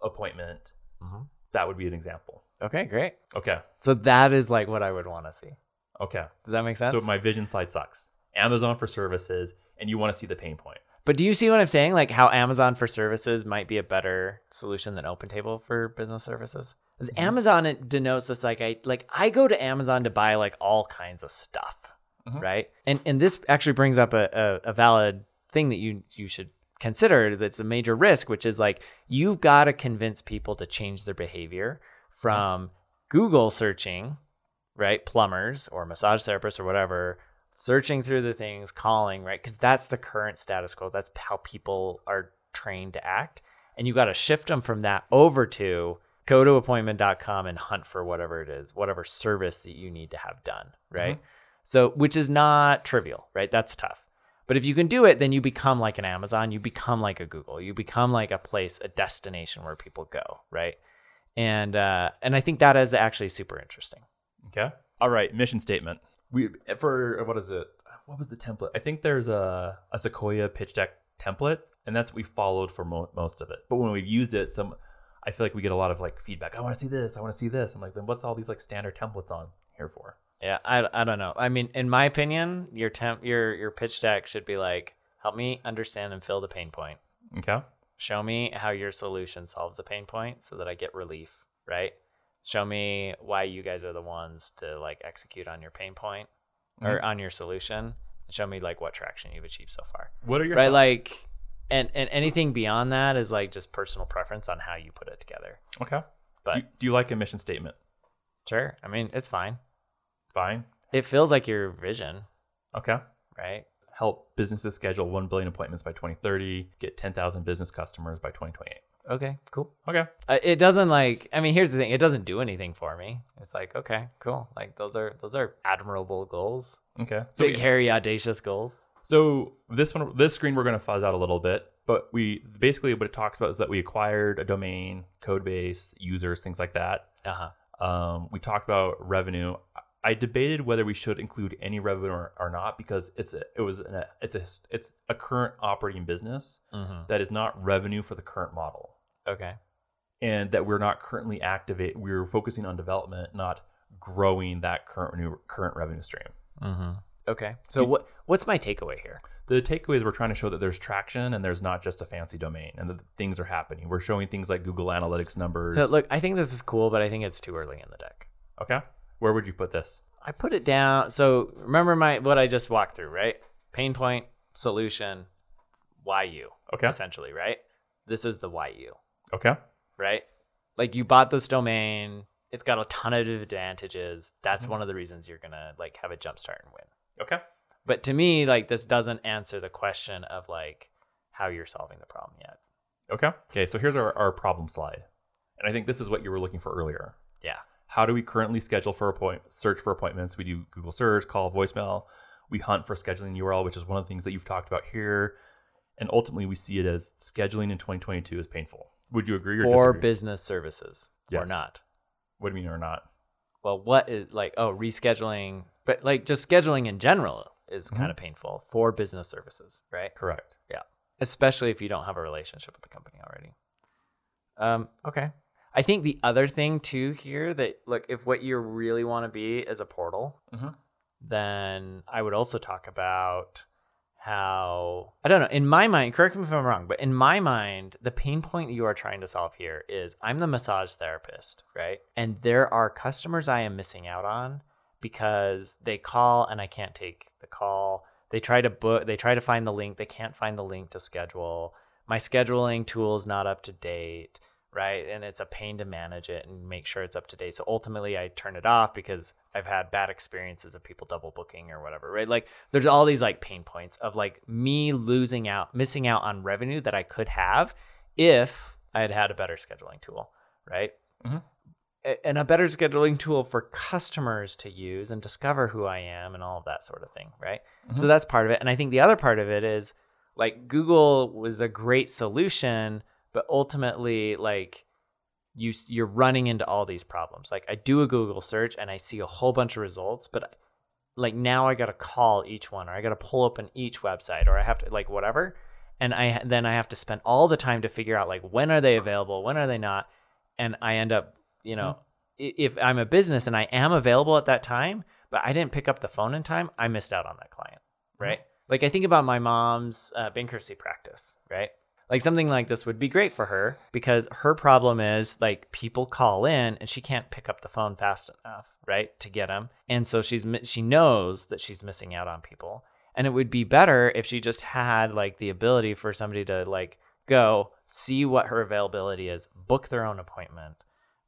S1: appointment.
S2: Mhm.
S1: That would be an example.
S2: okay great
S1: Okay.
S2: so that is like what i would want to see
S1: Okay.
S2: does that make sense
S1: so my vision slide sucks. Amazon for services, and you want to see the pain point.
S2: but do you see what i'm saying like how amazon for services might be a better solution than opentable for business services because amazon it denotes this like i like i go to amazon to buy like all kinds of stuff
S1: Mhm.
S2: right and and this actually brings up a, a, a valid thing that you you should considered that's a major risk, which is like you've got to convince people to change their behavior from Google searching, right? Plumbers or massage therapists or whatever, searching through the things, calling, right? Because that's the current status quo. That's how people are trained to act. And you got to shift them from that over to go to appointment.com and hunt for whatever it is, whatever service that you need to have done, right? So, which is not trivial, right? That's tough. But if you can do it, then you become like an Amazon, you become like a Google, you become like a place, a destination where people go, right? And uh, and I think that is actually super interesting.
S1: Okay. All right. Mission statement. We for what is it? What was the template? I think there's a a Sequoia pitch deck template, and that's what we followed for mo- most of it. But when we've used it, some I feel like we get a lot of like feedback. I want to see this. I want to see this. I'm like, then what's all these like standard templates on here for?
S2: Yeah, I, I don't know. I mean, in my opinion, your temp your your pitch deck should be like, help me understand and fill the pain point.
S1: Okay.
S2: Show me how your solution solves the pain point so that I get relief, right? Show me why you guys are the ones to like execute on your pain point or on your solution and show me like what traction you've achieved so far.
S1: What are your
S2: right?
S1: thoughts?
S2: Like and and anything beyond that is like just personal preference on how you put it together.
S1: Okay.
S2: But-
S1: do, do you like a mission statement?
S2: Sure. I mean, it's fine.
S1: Fine.
S2: It feels like your vision,
S1: Okay.
S2: right?
S1: Help businesses schedule 1 billion appointments by 2030, get 10,000 business customers by 2028.
S2: Okay, cool.
S1: Okay.
S2: Uh, it doesn't like i mean here's the thing it doesn't do anything for me it's like okay cool like those are those are admirable goals
S1: Okay. So,
S2: big hairy audacious goals
S1: so this one this screen we're going to fuzz out a little bit, but we basically what it talks about is that we acquired a domain, code base, users, things like that.
S2: uh-huh
S1: Um, we talked about revenue. I debated whether we should include any revenue or, or not because it's a, it was an, it's a it's a current operating business
S2: mm-hmm.
S1: that is not revenue for the current model.
S2: okay
S1: and that we're not currently activate we're focusing on development not growing that current new current revenue stream
S2: mm-hmm. okay so what what's my takeaway here
S1: the takeaway is we're trying to show that there's traction and there's not just a fancy domain and that things are happening we're showing things like google analytics numbers
S2: so look i think this is cool but i think it's too early in the deck
S1: okay where would you put this
S2: i put it down so remember my what i just walked through right pain point solution why you
S1: Okay.
S2: essentially right this is the why you
S1: okay
S2: right? Like you bought this domain, it's got a ton of advantages. That's one of the reasons you're gonna like have a jump start and win.
S1: okay
S2: But to me, like this doesn't answer the question of like how you're solving the problem yet.
S1: okay okay so here's our, our problem slide and i think this is what you were looking for earlier
S2: Yeah.
S1: how do we currently schedule for appoint search for appointments we do google search call voicemail we hunt for scheduling url which is one of the things that you've talked about here and ultimately we see it as scheduling in 2022 is painful would you agree or
S2: For
S1: disagree?
S2: business services or
S1: Yes.
S2: not.
S1: what do you mean or not
S2: Well, what is like oh rescheduling, but like just scheduling in general is kind of painful for business services, right?
S1: correct
S2: Yeah. Especially if you don't have a relationship with the company already. Um, okay. I think the other thing too here that look, if what you really want to be is a portal,
S1: Mhm.
S2: then I would also talk about how I don't know, in my mind, correct me if I'm wrong, but in my mind, the pain point that you are trying to solve here is I'm the massage therapist, right? And there are customers I am missing out on because they call and I can't take the call. They try to book, they try to find the link, they can't find the link to schedule. My scheduling tool is not up to date, right? And it's a pain to manage it and make sure it's up to date. So ultimately, I turn it off because I've had bad experiences of people double booking or whatever, right? Like there's all these like pain points of like me losing out, missing out on revenue that I could have if I had had a better scheduling tool, right? a- and a better scheduling tool for customers to use and discover who I am and all of that sort of thing, right? So that's part of it. And I think the other part of it is like Google was a great solution, but ultimately like you s- you're running into all these problems. Like I do a Google search and I see a whole bunch of results, but like now I got to call each one or I got to pull open each website or I have to like whatever and I then I have to spend all the time to figure out like when are they available, when are they not, and I end up, you know, i- if I'm a business and I am available at that time, but I didn't pick up the phone in time, I missed out on that client, right? Like I think about my mom's uh, bankruptcy practice, right? Like something like this would be great for her because her problem is like people call in and she can't pick up the phone fast enough, right, to get them, and so she's mi- she knows that she's missing out on people. And it would be better if she just had like the ability for somebody to like go see what her availability is, book their own appointment,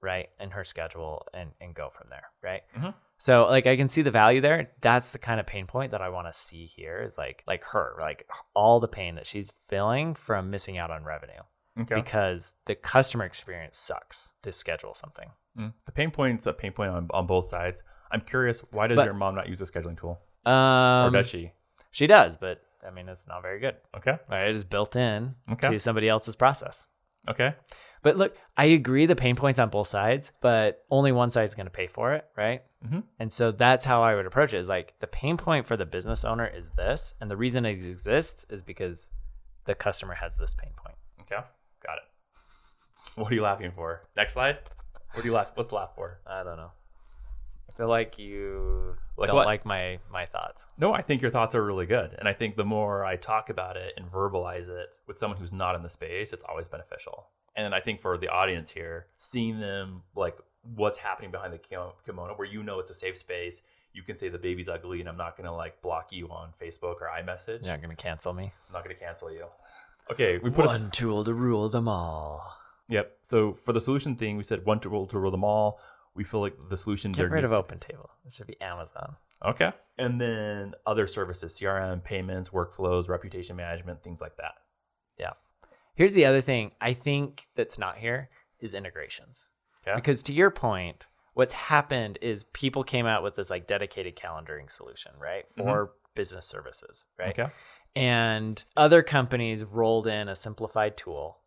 S2: right, in her schedule, and and go from there, right.
S1: Mhm.
S2: So like I can see the value there. That's the kind of pain point that I want to see here is like like her like all the pain that she's feeling from missing out on revenue
S1: Okay.
S2: because the customer experience sucks to schedule something.
S1: Mm. The pain point's a pain point on, on both sides. I'm curious, why does
S2: But-
S1: your mom not use a scheduling tool? Or
S2: Um,
S1: does she?
S2: She does, but I mean, it's not very good.
S1: Okay.
S2: Right? It is built in
S1: Okay.
S2: to somebody else's process.
S1: Okay.
S2: But look, I agree the pain points on both sides, but only one side's going to pay for it, right?
S1: Mhm.
S2: And so that's how I would approach it. Is like the pain point for the business owner is this, and the reason it exists is because the customer has this pain point.
S1: Okay. Got it. What are you laughing for? Next slide. What do you laugh? What's the laugh for?
S2: I don't know. I feel like you
S1: Like
S2: don't
S1: what?
S2: like my my thoughts.
S1: No, I think your thoughts are really good, and I think the more I talk about it and verbalize it with someone who's not in the space, it's always beneficial. And I think for the audience here, seeing them like what's happening behind the kim- kimono, where you know it's a safe space, you can say the baby's ugly, and I'm not gonna like block you on Facebook or iMessage.
S2: You're not going to cancel me.
S1: I'm not gonna cancel you. Okay, we put a
S2: tool to rule them all.
S1: Yep. So for the solution thing, we said one tool to rule them all. We feel like the solution
S2: Get
S1: there
S2: rid of
S1: needs to-
S2: Open Table. It should be Amazon.
S1: okay, and then other services, CRM, payments, workflows, reputation management, things like that.
S2: Here's the other thing I think that's not here is integrations.
S1: Okay.
S2: Because to your point, what's happened is people came out with this like dedicated calendaring solution, right? For business services, right?
S1: Okay.
S2: And other companies rolled in a simplified tool.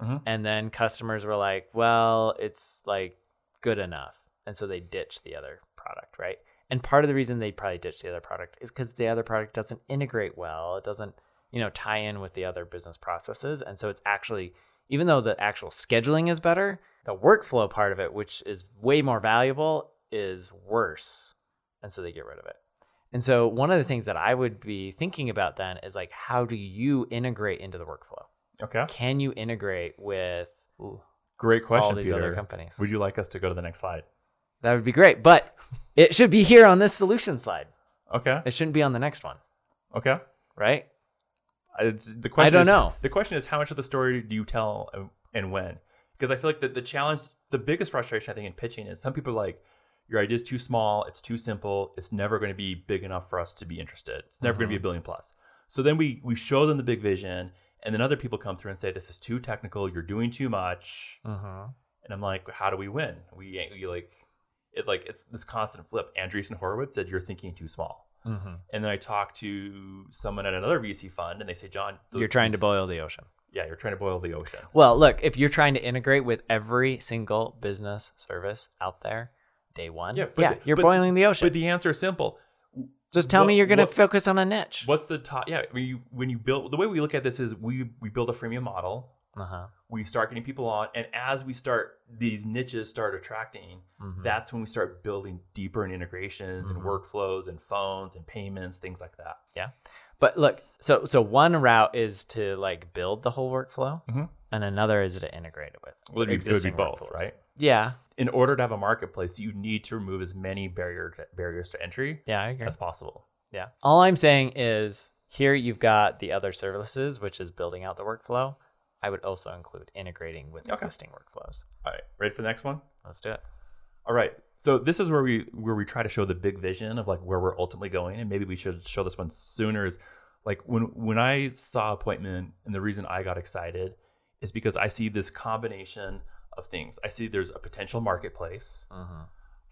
S1: Mhm.
S2: And then customers were like, well, it's like good enough. And so they ditched the other product, right? And part of the reason they probably ditched the other product is because the other product doesn't integrate well. It doesn't, you know, tie in with the other business processes. And so it's actually, even though the actual scheduling is better, the workflow part of it, which is way more valuable, is worse. And so they get rid of it. And so one of the things that I would be thinking about then is like, how do you integrate into the workflow?
S1: Okay.
S2: Can you integrate with
S1: Great question,
S2: all these
S1: Peter.
S2: other companies?
S1: Would you like us to go to the next slide?
S2: that would be great, but it should be here on this solution slide.
S1: Okay.
S2: It shouldn't be on the next one,
S1: Okay.
S2: right?
S1: I- It's, the question
S2: don't
S1: is-
S2: know.
S1: The question is, how much of the story do you tell and- and when? Because I feel like the, the challenge, the biggest frustration I think in pitching is some people are like, your idea is too small, it's too simple, it's never going to be big enough for us to be interested. It's never going
S2: Mm-hmm.
S1: to be a billion plus. So then we we show them the big vision, and then other people come through and say, this is too technical, you're doing too much.
S2: Mm-hmm.
S1: And I'm like, how do we win? We, ain't- we like, it like it's this constant flip. Andreessen Horowitz said, you're thinking too small.
S2: Mm-hmm.
S1: And then I talked to someone at another VC fund, and they say, John, th-
S2: You're trying
S1: this-
S2: to boil the ocean.
S1: yeah, you're trying to boil the ocean.
S2: Well, look, if you're trying to integrate with every single business service out there, day one,
S1: Yeah,
S2: yeah,
S1: but the-
S2: you're
S1: but-
S2: boiling the ocean.
S1: But the answer is simple.
S2: Just tell me
S1: what-
S2: you're going to
S1: what-
S2: focus on a niche.
S1: What's the top? Yeah, when you when you build the way we look at this is we we build a freemium model.
S2: Uh-huh.
S1: We start getting people on, and as we start these niches start attracting,
S2: Mhm.
S1: that's when we start building deeper in integrations
S2: Mhm.
S1: and workflows and phones and payments, things like that.
S2: Yeah. But look, so so one route is to like build the whole workflow,
S1: Mhm.
S2: and another is to integrate it with existing workflows. Yeah,
S1: In order to have a marketplace, you need to remove as many barrier barriers to entry
S2: yeah, I agree.
S1: as possible.
S2: Yeah. All I'm saying is here you've got the other services, which is building out the workflow. I would also include integrating with
S1: Okay.
S2: existing workflows.
S1: All right, ready for the next one?
S2: Let's do it.
S1: All right. So this is where we where we try to show the big vision of like where we're ultimately going, and maybe we should show this one sooner. Is like when when I saw appointment, and the reason I got excited is because I see this combination of things. I see there's a potential marketplace.
S2: Mm-hmm.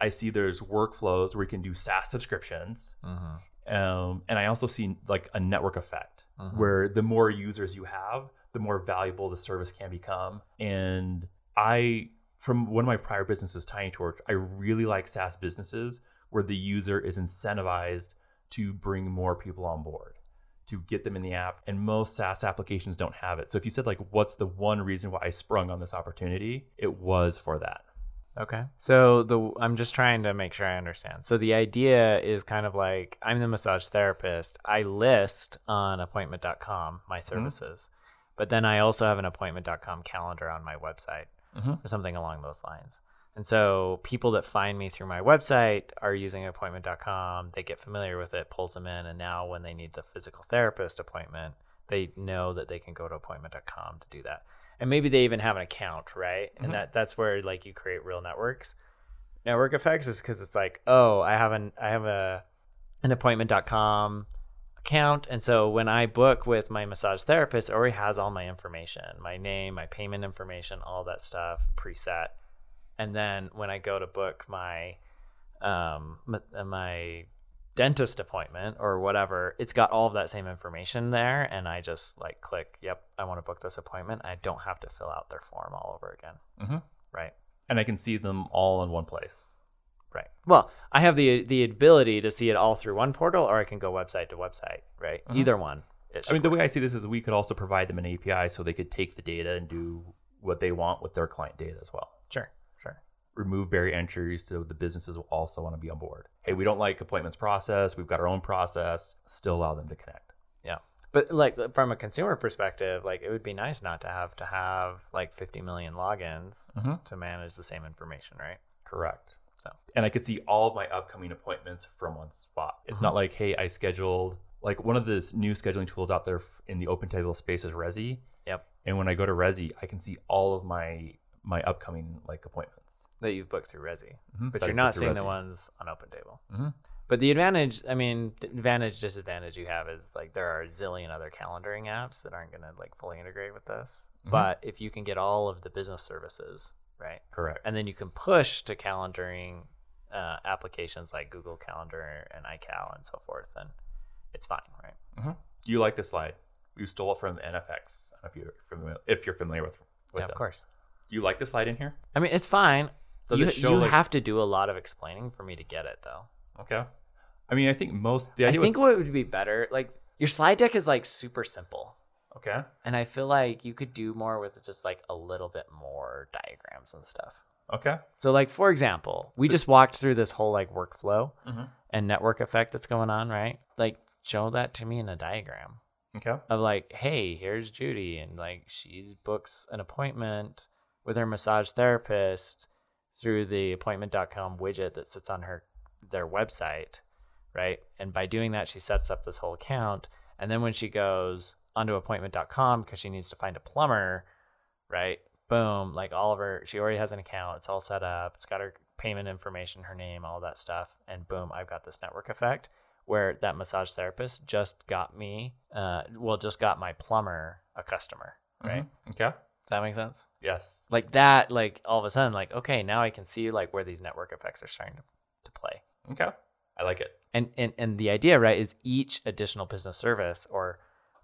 S1: I see there's workflows where you can do SaaS subscriptions,
S2: Mm-hmm.
S1: um, and I also see like a network effect
S2: Mhm.
S1: where the more users you have, the more valuable the service can become. And I, from one of my prior businesses, Tiny Torch, I really like SaaS businesses where the user is incentivized to bring more people on board, to get them in the app. And most SaaS applications don't have it. So if you said like, what's the one reason why I sprung on this opportunity? It was for that.
S2: Okay. So the I'm just trying to make sure I understand. So the idea is kind of like I'm the massage therapist. I list on appointment.com my services. But then I also have an appointment.com calendar on my website
S1: Mhm.
S2: or something along those lines. And so people that find me through my website are using appointment.com. They get familiar with it, pulls them in. And now when they need the physical therapist appointment, they know that they can go to appointment.com to do that. And maybe they even have an account, right?
S1: Mhm.
S2: And that that's where like you create real networks. Network effects is because it's like, oh, I have an I have a an appointment.com account. And so when I book with my massage therapist, it already has all my information, my name, my payment information, all that stuff preset. And then when I go to book my um m- uh, my dentist appointment or whatever, it's got all of that same information there and I just like click, yep, I want to book this appointment. I don't have to fill out their form all over again.
S1: Mhm.
S2: Right.
S1: and I can see them all in one place.
S2: Right. Well, I have the the ability to see it all through one portal or I can go website to website, right?
S1: Mhm.
S2: Either one. It
S1: I mean,
S2: should
S1: the way I see this is we could also provide them an API so they could take the data and do what they want with their client data as well.
S2: Sure, sure.
S1: Remove barrier entries so the businesses will also want to be on board. Hey, we don't like appointments process. We've got our own process. Still allow them to connect.
S2: Yeah. But like from a consumer perspective, like it would be nice not to have to have like 50 million logins
S1: Mhm.
S2: to manage the same information, right?
S1: Correct.
S2: So.
S1: and I could see all of my upcoming appointments from one spot. It's not like, hey, I scheduled like one of the s- new scheduling tools out there f- in the open table space is Resi.
S2: Yep.
S1: And when I go to Resi, I can see all of my my upcoming like appointments.
S2: That you've booked through Resi.
S1: Mhm.
S2: But
S1: That I
S2: you're
S1: booked
S2: not
S1: through
S2: seeing the
S1: Resi.
S2: ones on Open Table.
S1: Mhm.
S2: But the advantage, I mean, the advantage, disadvantage you have is like there are a zillion other calendaring apps that aren't going to like fully integrate with this.
S1: Mhm.
S2: But if you can get all of the business services, right?
S1: Correct.
S2: And then you can push to calendaring uh, applications like Google Calendar and iCal and so forth, then it's fine, right?
S1: Do you like this slide? We stole it from NFX. I don't know if you're familiar, if you're familiar with with
S2: Yeah,
S1: them.
S2: of course.
S1: Do you like this slide in here?
S2: I mean, it's fine.
S1: So
S2: you
S1: they show,
S2: you
S1: like-
S2: have to do a lot of explaining for me to get it, though.
S1: Okay. I mean, I think most the
S2: I
S1: idea.
S2: think
S1: with,
S2: what would be better, like your slide deck is like super simple,
S1: okay.
S2: and I feel like you could do more with just like a little bit more diagrams and stuff.
S1: Okay.
S2: So, like for example, we just walked through this whole like workflow
S1: Mhm.
S2: and network effect that's going on, right? Like, show that to me in a diagram.
S1: Okay.
S2: of like, hey, here's Judy, and like she books an appointment with her massage therapist through the appointment.com widget that sits on her their website, right? And by doing that, she sets up this whole account. And then when she goes onto appointment.com because she needs to find a plumber, right? Boom, like all of her, she already has an account. It's all set up. It's got her payment information, her name, all that stuff. And boom, I've got this network effect where that massage therapist just got me, uh, well, just got my plumber a customer, right?
S1: Mhm. Okay.
S2: Does that make sense?
S1: Yes.
S2: Like that, like all of a sudden, like, okay, now I can see like where these network effects are starting to, to play.
S1: Okay. I like it.
S2: And, and, and the idea, right, is each additional business service or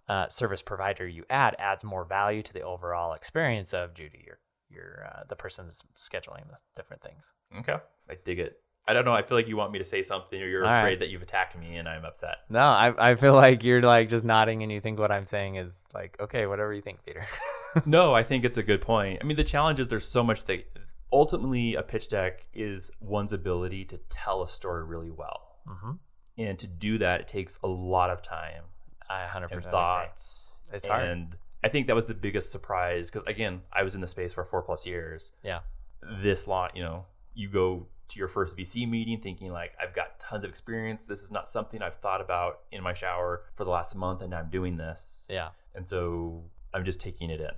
S2: uh, service provider you add adds more value to the overall experience of Judy, your, your uh, the person that's scheduling the different things.
S1: Okay. I dig it. I don't know. I feel like you want me to say something or you're
S2: All
S1: afraid
S2: right.
S1: that you've attacked me and I'm upset.
S2: No, I, I feel like you're like just nodding and you think what I'm saying is like, okay, whatever you think, Peter.
S1: no, I think it's a good point. I mean, the challenge is there's so much that ultimately a pitch deck is one's ability to tell a story really well.
S2: mm-hmm.
S1: And to do that, it takes a lot of time
S2: I 100%
S1: and
S2: agree.
S1: thoughts.
S2: It's hard.
S1: And I think that was the biggest surprise because, again, I was in the space for four plus years.
S2: Yeah.
S1: This lot, you know, you go to your first VC meeting thinking, like, I've got tons of experience. This is not something I've thought about in my shower for the last month, and I'm doing this.
S2: Yeah.
S1: And so I'm just taking it in.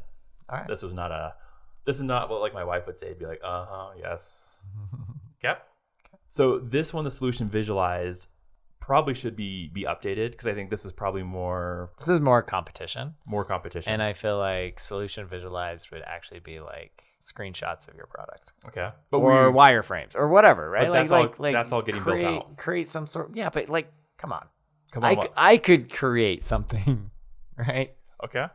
S2: All right.
S1: This was not a, this is not what like my wife would say. Be like, uh huh, yes. Okay. So this one, the solution visualized, probably should be be updated because I think this is probably more
S2: This is more competition.
S1: more competition.
S2: And I feel like solution visualized would actually be like screenshots of your product
S1: okay, but
S2: or
S1: we-
S2: wireframes or whatever, right?
S1: But
S2: like,
S1: that's all-
S2: like, like
S1: that's all getting built
S2: create,
S1: out.
S2: Create some sort. Yeah, but like, come on.
S1: come on,
S2: I, c- I could create something, right?
S1: what- okay,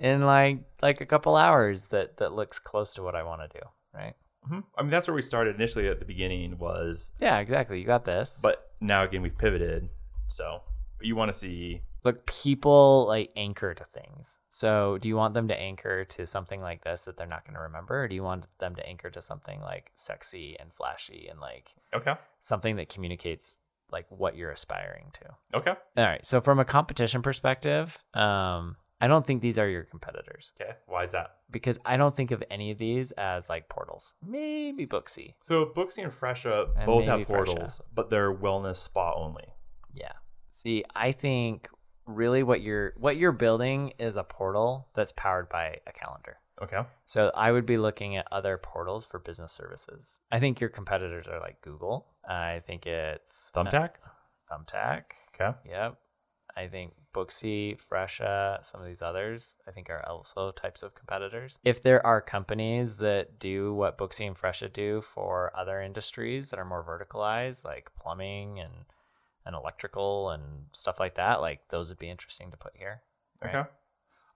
S2: In like like a couple hours that that looks close to what I want to do, right?
S1: hmm I mean that's where we started initially at the beginning was,
S2: Yeah, exactly. You got this.
S1: but now again we've pivoted. So but you want to see
S2: look people like anchor to things so do you want them to anchor to something like this that they're not going to remember or do you want them to anchor to something like sexy and flashy and like
S1: okay,
S2: something that communicates like what you're aspiring to
S1: okay,
S2: all right so from a competition perspective um I don't think these are your competitors
S1: Okay. Why is that?
S2: because I don't think of any of these as like portals. Maybe Booksy.
S1: So Booksy and Fresha
S2: And
S1: both have
S2: maybe Fresha.
S1: portals, but they're wellness spa only.
S2: Yeah. See, I think really what you're what you're building is a portal that's powered by a calendar.
S1: Okay.
S2: So I would be looking at other portals for business services. I think your competitors are like Google. I think it's
S1: Thumbtack.
S2: Thumbtack.
S1: Okay.
S2: Yep. I think Booksy, Fresha, some of these others, I think are also types of competitors. If there are companies that do what Booksy and Fresha do for other industries that are more verticalized, like plumbing and and electrical and stuff like that, like those would be interesting to put here. Right.
S1: Okay.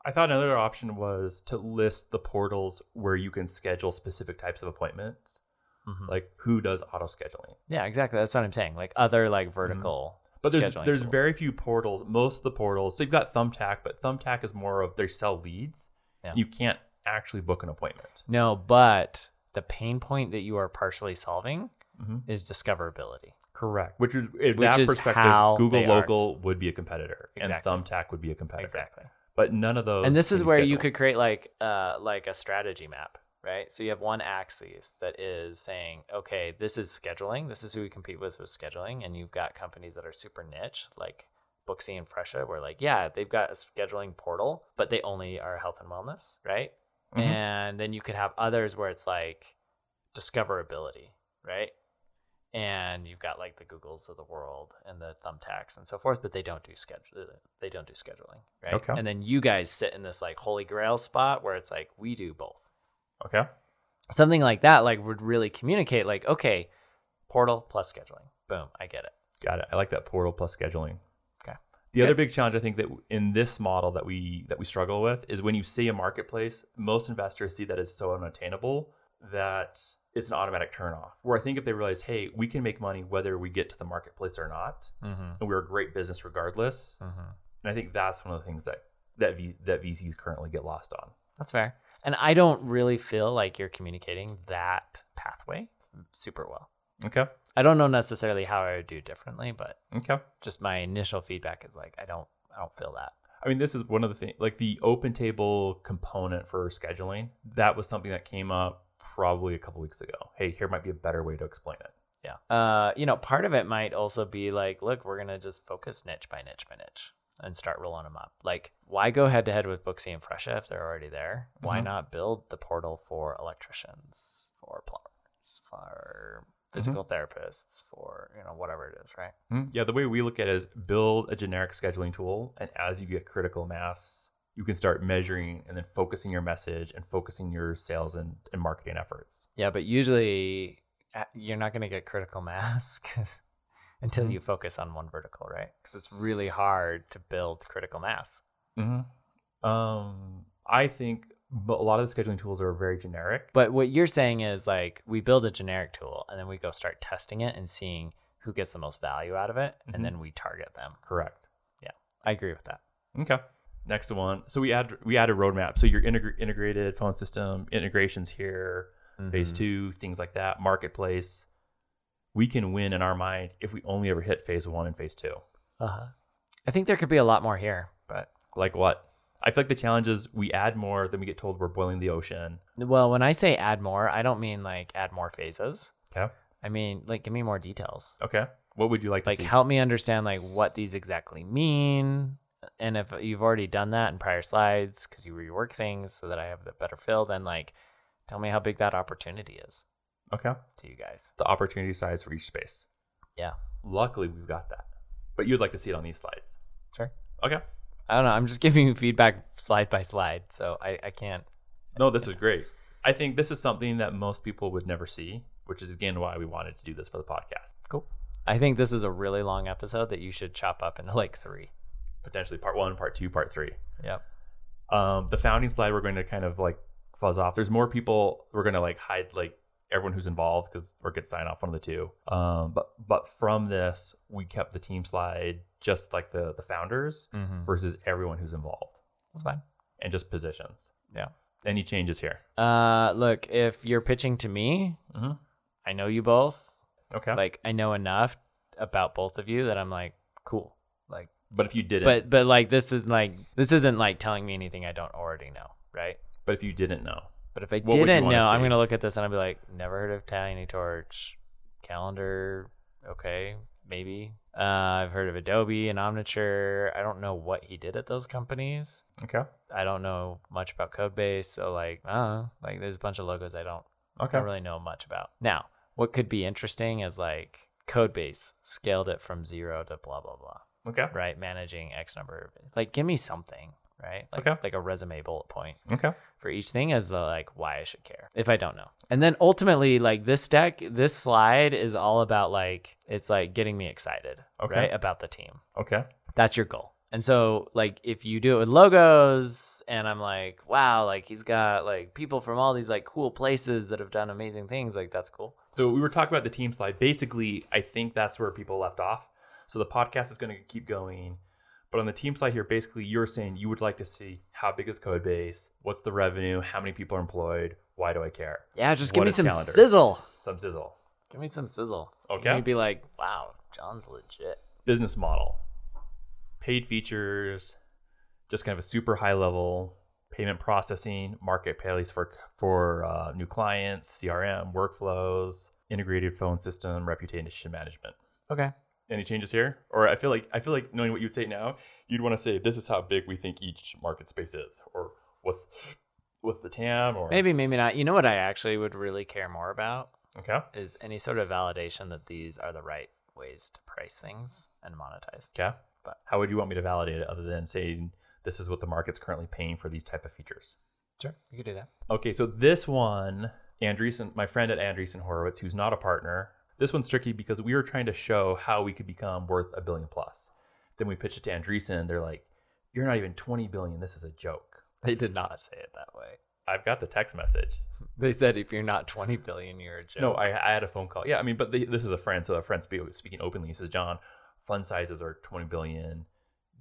S1: I thought another option was to list the portals where you can schedule specific types of appointments,
S2: Mhm.
S1: like who does auto scheduling.
S2: Yeah, exactly. That's what I'm saying. Like other like vertical.
S1: Mm-hmm. But there's
S2: scheduling
S1: there's
S2: tools.
S1: very few portals. Most of the portals, so you've got Thumbtack, but Thumbtack is more of they sell leads.
S2: Yeah.
S1: You can't actually book an appointment.
S2: no, but the pain point that you are partially solving
S1: Mhm.
S2: is discoverability.
S1: Correct. Which is in
S2: Which
S1: that
S2: is how
S1: perspective, Google
S2: they are.
S1: Local would be a competitor,
S2: Exactly.
S1: and Thumbtack would be a competitor.
S2: Exactly.
S1: But none of those.
S2: and this
S1: can
S2: is
S1: be
S2: where you
S1: scheduled.
S2: could create like uh like a strategy map right so you have one axis that is saying okay this is scheduling this is who we compete with with scheduling and you've got companies that are super niche like booksy and fresha where like yeah they've got a scheduling portal but they only are health and wellness right
S1: Mhm.
S2: and then you could have others where it's like discoverability right and you've got like the googles of the world and the thumbtacks and so forth but they don't do schedule uh, they don't do scheduling right
S1: Okay.
S2: and then you guys sit in this like holy grail spot where it's like we do both
S1: Okay.
S2: something like that like would really communicate like okay portal plus scheduling boom i get it
S1: Got it. I like that portal plus scheduling.
S2: Okay.
S1: The
S2: Okay.
S1: other big challenge I think that in this model that we that we struggle with is when you see a marketplace, most investors see that as so unattainable that it's an automatic turnoff. Where I think if they realize, hey, we can make money whether we get to the marketplace or not,
S2: mm-hmm.
S1: and we're a great business regardless.
S2: Mm-hmm.
S1: And I think that's one of the things that that v, that VCs currently get lost on.
S2: that's fair and i don't really feel like you're communicating that pathway super well
S1: Okay.
S2: i don't know necessarily how i would do differently but
S1: Okay.
S2: just my initial feedback is like i don't i don't feel that
S1: I mean, this is one of the things, like the open table component for scheduling. That was something that came up probably a couple weeks ago. Hey, here might be a better way to explain it.
S2: Yeah. Uh, you know, part of it might also be like, look, we're gonna just focus niche by niche by niche and start rolling them up. Like, why go head to head with Booksy and Fresha if they're already there? Why
S1: Mhm.
S2: not build the portal for electricians, for plumbers, for physical therapists, for you know whatever it is, right?
S1: Yeah, the way we look at it is build a generic scheduling tool, and as you get critical mass, you can start measuring and then focusing your message and focusing your sales and, and marketing efforts.
S2: Yeah, but usually uh, you're not gonna get critical mass 'cause- until
S1: Mhm.
S2: you focus on one vertical, right? Because it's really hard to build critical mass.
S1: Mm-hmm. Um, I think b- a lot of the scheduling tools are very generic.
S2: But what you're saying is like we build a generic tool and then we go start testing it and seeing who gets the most value out of it,
S1: Mhm.
S2: and then we target them.
S1: Correct.
S2: I agree with that.
S1: Okay. Next one. So we add we add a roadmap. So your integ- integrated phone system integrations here, phase
S2: Mm-hmm.
S1: two, things like that, marketplace. We can win in our mind if we only ever hit phase one and phase two.
S2: Uh-huh. I think there could be a lot more here, but
S1: Like what? I feel like the challenge is we add more, then we get told we're boiling the ocean.
S2: well, when I say add more, I don't mean like add more phases.
S1: Okay.
S2: I mean like give me more details.
S1: Okay. What would you like to
S2: Like
S1: see?
S2: help me understand like what these exactly mean. And if you've already done that in prior slides, because you rework things so that I have a better fill, then like tell me how big that opportunity is
S1: okay.
S2: to you guys.
S1: The opportunity size for each space.
S2: Yeah.
S1: Luckily, we've got that. But you'd like to see it on these slides.
S2: Sure.
S1: Okay.
S2: I don't know. I'm just giving you feedback slide by slide, so I, I can't.
S1: No, this is great. I think this is something that most people would never see, which is again why we wanted to do this for the podcast.
S2: Cool. I think this is a really long episode that you should chop up into like three.
S1: Potentially part one, part two, part three.
S2: Yep.
S1: Um, the founding slide we're going to kind of like fuzz off. There's more people we're going to like hide like everyone who's involved because we're going to sign off one of the two. Um, but but from this we kept the team slide just like the the founders
S2: Mm-hmm.
S1: versus everyone who's involved
S2: That's fine.
S1: and just positions.
S2: Yeah.
S1: Any changes here?
S2: Uh, look, if you're pitching to me,
S1: Mhm.
S2: I know you both.
S1: Okay.
S2: Like I know enough about both of you that I'm like, cool. Like
S1: But if you didn't, but,
S2: But but like this is like this isn't like telling me anything I don't already know, right?
S1: if you didn't know,
S2: But if I
S1: What would you
S2: didn't
S1: wanna
S2: know, I'm
S1: see?
S2: gonna look at this and I'll be like, never heard of Tiny Torch, calendar, okay, maybe. Uh, I've heard of Adobe and Omniture. I don't know what he did at those companies.
S1: okay,
S2: I don't know much about Codebase, so like, I don't know. Like, there's a bunch of logos I don't
S1: okay,
S2: don't really know much about. Now, what could be interesting is like Codebase scaled it from zero to blah blah blah,
S1: okay,
S2: right? Managing X number of like, give me something, right? Like,
S1: Okay.
S2: like a resume bullet point
S1: okay,
S2: for each thing as the like why I should care if I don't know. And then ultimately, like this deck, this slide is all about like it's like getting me excited,
S1: Okay.
S2: right, about the team
S1: okay,
S2: that's your goal. And so like if you do it with logos and I'm like, wow, like he's got like people from all these like cool places that have done amazing things, like that's cool.
S1: So we were talking about the team slide. Basically, I think that's where people left off. So the podcast is going to keep going. But on the team slide here, basically, you're saying you would like to see how big is code base, what's the revenue, how many people are employed, why do I care?
S2: Yeah, just
S1: What
S2: give me
S1: is
S2: some
S1: calendar?
S2: sizzle.
S1: Some sizzle.
S2: Give me some sizzle.
S1: Okay.
S2: You'd be like, wow, John's legit.
S1: Business model, paid features, just kind of a super high level payment processing, market pays for for uh, new clients, CRM, workflows, integrated phone system, reputation management.
S2: Okay.
S1: any changes here? Or I feel like I feel like knowing what you'd say now, you'd want to say this is how big we think each market space is, or what's what's the TAM, or
S2: Maybe, maybe not. You know what I actually would really care more about
S1: okay,
S2: is any sort of validation that these are the right ways to price things and monetize.
S1: okay.
S2: But-
S1: How would you want me to validate it other than saying this is what the market's currently paying for these type of features?
S2: Sure. You could do that.
S1: Okay, so this one, Andreessen, my friend at Andreessen Horowitz, who's not a partner, this one's tricky because we were trying to show how we could become worth a billion plus. Then we pitched it to Andreessen, they're like, "You're not even 20 billion. This is a joke."
S2: They did not say it that way.
S1: I've got the text message.
S2: They said if you're not 20 billion, you're a joke.
S1: No, I, I had a phone call. Yeah, I mean, but the, this is a friend, so a friend speak, speaking openly. He says, "John, fund sizes are twenty billion.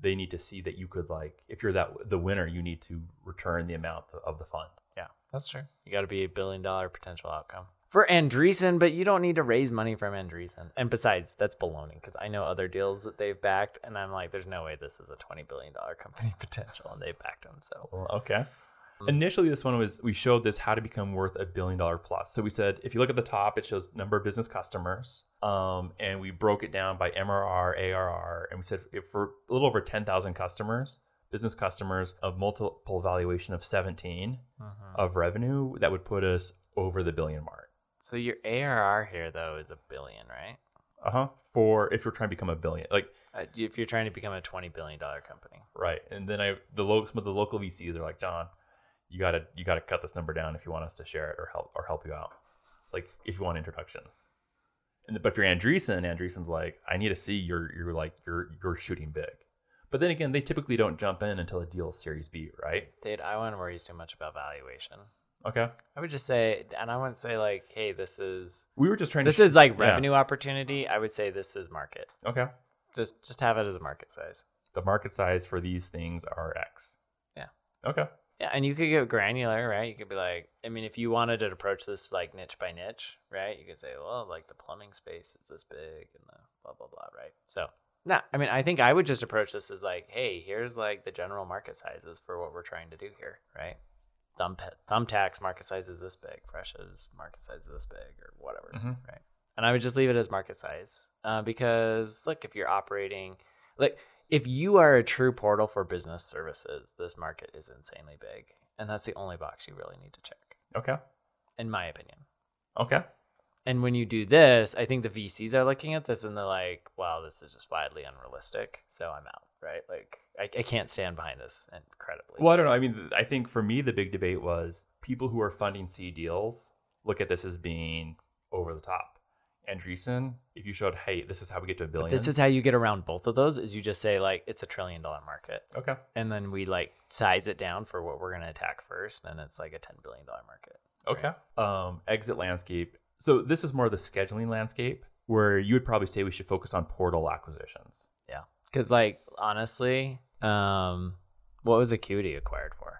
S1: They need to see that you could like, if you're that the winner, you need to return the amount of the fund."
S2: Yeah, that's true. You got to be a billion dollar potential outcome for Andreessen, but you don't need to raise money from Andreessen. And besides, that's baloney because I know other deals that they've backed, and I'm like, there's no way this is a twenty billion dollar company potential, and they backed them. So
S1: Well, okay. Mm-hmm. Initially, this one was we showed this how to become worth a billion dollar plus. So we said if you look at the top, it shows number of business customers, um, and we broke it down by MRR, ARR, and we said if for a little over ten thousand customers, business customers of multiple valuation of seventeen
S2: Mm-hmm.
S1: of revenue, that would put us over the billion mark.
S2: so your ARR here though is a billion, right?
S1: Uh huh. For if you're trying to become a billion, like
S2: Uh, if you're trying to become a twenty billion dollar company,
S1: right. And then I the lo- some of the local VCs are like John, you gotta you gotta cut this number down if you want us to share it or help or help you out, like if you want introductions. And but if you're Andreessen, Andreessen's like I need to see you're you're like you're you're shooting big. But then again, they typically don't jump in until a deal is Series B, right?
S2: dude, I wouldn't worry too much about valuation.
S1: Okay.
S2: I would just say, and I wouldn't say like, hey, this is
S1: We were just trying
S2: this
S1: to.
S2: is like
S1: yeah.
S2: revenue opportunity. I would say this is market.
S1: okay.
S2: Just just have it as a market size.
S1: The market size for these things are X.
S2: Yeah.
S1: Okay.
S2: Yeah, and you could get granular, right? You could be like, I mean, if you wanted to approach this like niche by niche, right? You could say, well, like the plumbing space is this big and the blah blah blah, right? So, nah, I mean, I think I would just approach this as like, hey, here's like the general market sizes for what we're trying to do here, right? Thumb thumbtacks market size is this big, freshes market size is this big, or whatever,
S1: Mhm.
S2: right? And I would just leave it as market size uh, because look, if you're operating, like if you are a true portal for business services, this market is insanely big. And that's the only box you really need to check,
S1: Okay.
S2: in my opinion.
S1: Okay.
S2: And when you do this, I think the VCs are looking at this and they're like, wow, this is just wildly unrealistic. So I'm out, right? Like, I, I can't stand behind this incredibly.
S1: Well, I don't know. I mean, th- I think for me, the big debate was people who are funding C deals look at this as being over the top. Andreessen, if you showed, hey, this is how we get to a billion.
S2: This is how you get around both of those is you just say, like, it's a trillion dollar market.
S1: okay.
S2: And then we like size it down for what we're going to attack first. And it's like a $10 billion market.
S1: Okay. Um, exit landscape. So this is more the scheduling landscape where you would probably say we should focus on portal acquisitions.
S2: Yeah. Cause like honestly, um what was Acuity acquired for?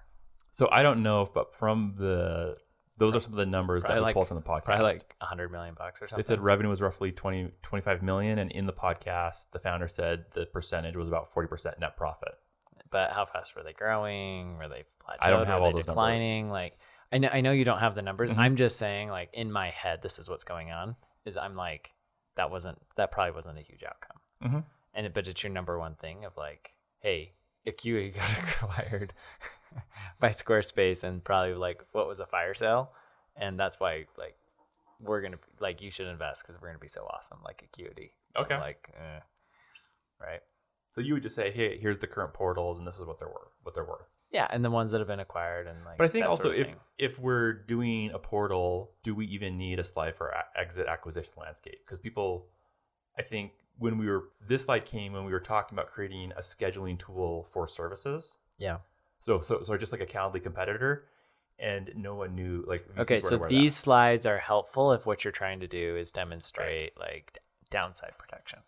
S1: So I don't know if, but from the Those are some of the numbers that
S2: Probably
S1: we
S2: like-
S1: pulled from the podcast.
S2: Probably like 100 million bucks or
S1: they
S2: something.
S1: said revenue was roughly 20, 25 million, and in the podcast, the founder said the percentage was about forty percent net profit.
S2: but how fast were they growing? Were they plateaued?
S1: I don't have
S2: were
S1: all
S2: they
S1: those numbers.
S2: declining? Like I know I know you don't have the numbers.
S1: Mhm.
S2: I'm just saying like in my head this is what's going on is I'm like that wasn't that probably wasn't a huge outcome.
S1: Mhm.
S2: And it- but it's your number one thing of like hey, Acquia got acquired by Squarespace and probably like what was a fire sale and that's why like we're going to like you should invest cuz we're going to be so awesome like Acuity. I'm
S1: Okay.
S2: like eh. right?
S1: So you would just say, "Hey, here's the current portals, and this is what they're worth. What they're worth."
S2: Yeah, and the ones that have been acquired and like
S1: But I think
S2: that
S1: also,
S2: sort of
S1: if
S2: thing.
S1: if we're doing a portal, do we even need a slide for a- exit acquisition landscape? Because people, I think when we were this slide came when we were talking about creating a scheduling tool for services.
S2: Yeah.
S1: So so so just like a Calendly competitor, and no one knew like. VCs
S2: Okay,
S1: weren't
S2: so
S1: aware of that.
S2: these slides are helpful if what you're trying to do is demonstrate like d- downside protection,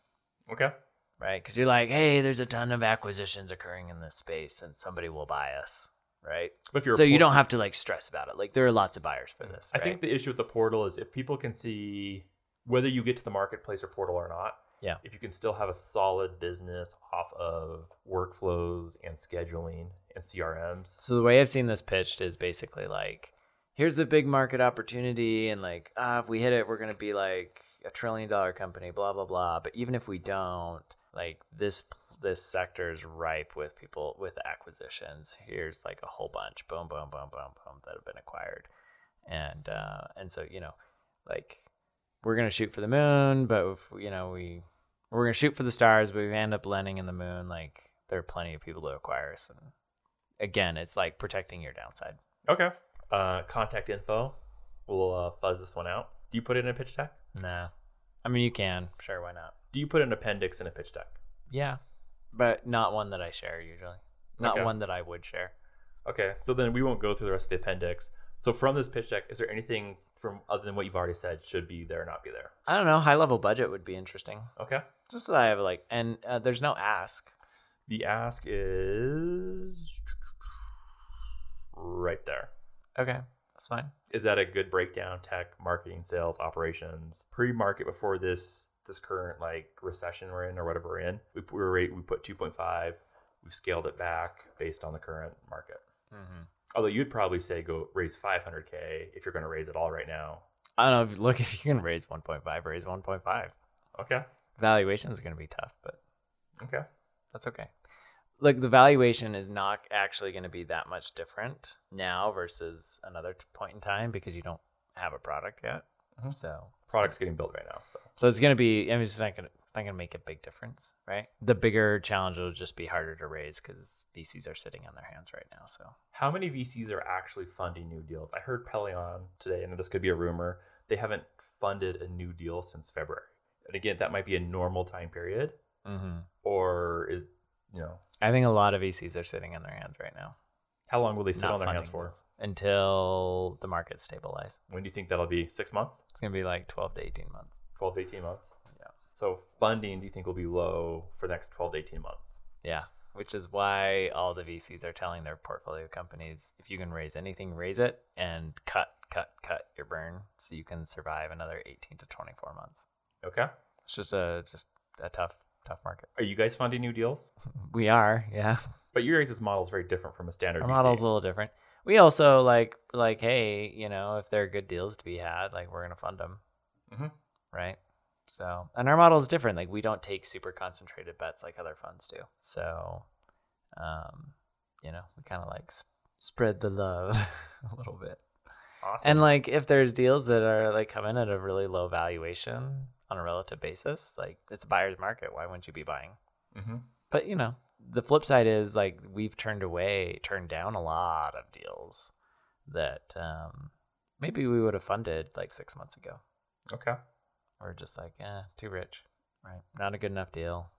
S1: Okay.
S2: right? Because you're like, hey, there's a ton of acquisitions occurring in this space, and somebody will buy us, right?
S1: But if you're a
S2: so you
S1: port-
S2: don't have to like stress about it. Like there are lots of buyers for this.
S1: I think the issue with the portal is if people can see whether you get to the marketplace or portal or not.
S2: Yeah.
S1: If you can still have a solid business off of workflows and scheduling and CRMs.
S2: So the way I've seen this pitched is basically like, here's the big market opportunity, and like, ah, if we hit it, we're gonna be like a trillion dollar company, blah blah blah. But even if we don't, like this this sector is ripe with people with acquisitions. Here's like a whole bunch, boom, boom, boom, boom, boom, that have been acquired, and uh, and so you know, like we're gonna shoot for the moon, but if, you know we we're gonna shoot for the stars, but we end up landing in the moon. Like there are plenty of people to acquire us, and again, it's like protecting your downside.
S1: Okay. Uh, contact info. We'll uh, fuzz this one out. Do you put it in a pitch deck?
S2: Nah, I mean you can, sure, why not?
S1: Do you put an appendix in a pitch deck?
S2: Yeah, but not one that I share usually. Not
S1: Okay.
S2: one that I would share.
S1: Okay. So then we won't go through the rest of the appendix. So from this pitch deck, is there anything from other than what you've already said should be there or not be there?
S2: I don't know. High level budget would be interesting.
S1: Okay.
S2: Just so that I have like, and uh, there's no ask.
S1: The ask is right there.
S2: Okay, that's fine.
S1: Is that a good breakdown? Tech, marketing, sales, operations, pre-market before this this current like recession we're in or whatever we're in. We we, were, at- we put two point five. We've scaled it back based on the current market.
S2: Mm-hmm.
S1: Although you'd probably say go raise five hundred k if you're going to raise it all right now.
S2: I don't know. if- Look, if you can raise 1.5, raise 1.5.
S1: Okay.
S2: Valuation is going to be tough, but
S1: Okay.
S2: that's okay. Look, the valuation is not actually going to be that much different now versus another t- point in time because you don't have a product yet.
S1: Mhm.
S2: So
S1: Product's getting built right now. So
S2: So it's gonna be. I mean, it's not gonna. It's not gonna make a big difference, right? The bigger challenge will just be harder to raise because VCs are sitting on their hands right now. So
S1: How many VCs are actually funding new deals? I heard Pelion today, and this could be a rumor. They haven't funded a new deal since February. And again, that might be a normal time period, Mm-hmm. or is you know
S2: I think a lot of VCs are sitting on their hands right now.
S1: how long will they sit
S2: not
S1: on their hands
S2: funding
S1: for?
S2: deals until the market stabilizes.
S1: When do you think that'll be? Six months,
S2: It's gonna be like twelve to eighteen months.
S1: twelve to eighteen months.
S2: Yeah.
S1: So funding, do you think will be low for the next twelve to eighteen months?
S2: Yeah, which is why all the VCs are telling their portfolio companies, if you can raise anything, raise it and cut, cut, cut your burn so you can survive another eighteen to twenty four months.
S1: Okay.
S2: It's just a just a tough, tough market.
S1: Are you guys funding new deals?
S2: We are, yeah.
S1: But your guys' model is very different from a standard.
S2: Our
S1: VC.
S2: model's a little different. We also like like hey, you know, if there are good deals to be had, like we're gonna fund them, Mm-hmm.
S1: Mhm.
S2: right? So, and our model is different. Like we don't take super concentrated bets like other funds do. So, um, you know, we kind of like sp- spread the love a little bit.
S1: awesome.
S2: And like if there's deals that are like come in at a really low valuation on a relative basis, like it's a buyer's market. Why wouldn't you be buying?
S1: Mhm.
S2: but you know the flip side is like we've turned away turned down a lot of deals that um maybe we would have funded like six months ago
S1: Okay.
S2: we're just like eh, too rich right not a good enough deal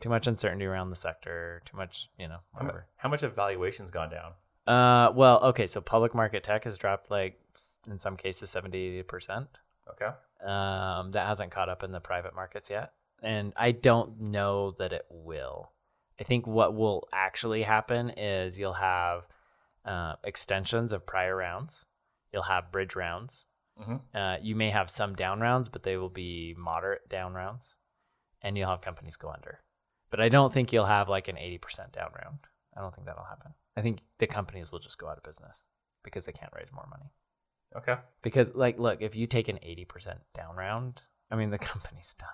S2: too much uncertainty around the sector too much you know
S1: How, mu-
S2: whatever
S1: how much have valuations gone down?
S2: uh well okay so public market tech has dropped like s- in some cases 70 percent
S1: Okay.
S2: um, that hasn't caught up in the private markets yet. And I don't know that it will. I think what will actually happen is you'll have uh, extensions of prior rounds. you'll have bridge rounds.
S1: Mhm.
S2: Uh, you may have some down rounds, but they will be moderate down rounds, and you'll have companies go under. But I don't think you'll have like an eighty percent down round. I don't think that'll happen. I think the companies will just go out of business because they can't raise more money.
S1: Okay.
S2: Because like, look, if you take an eighty percent down round, I mean the company's done,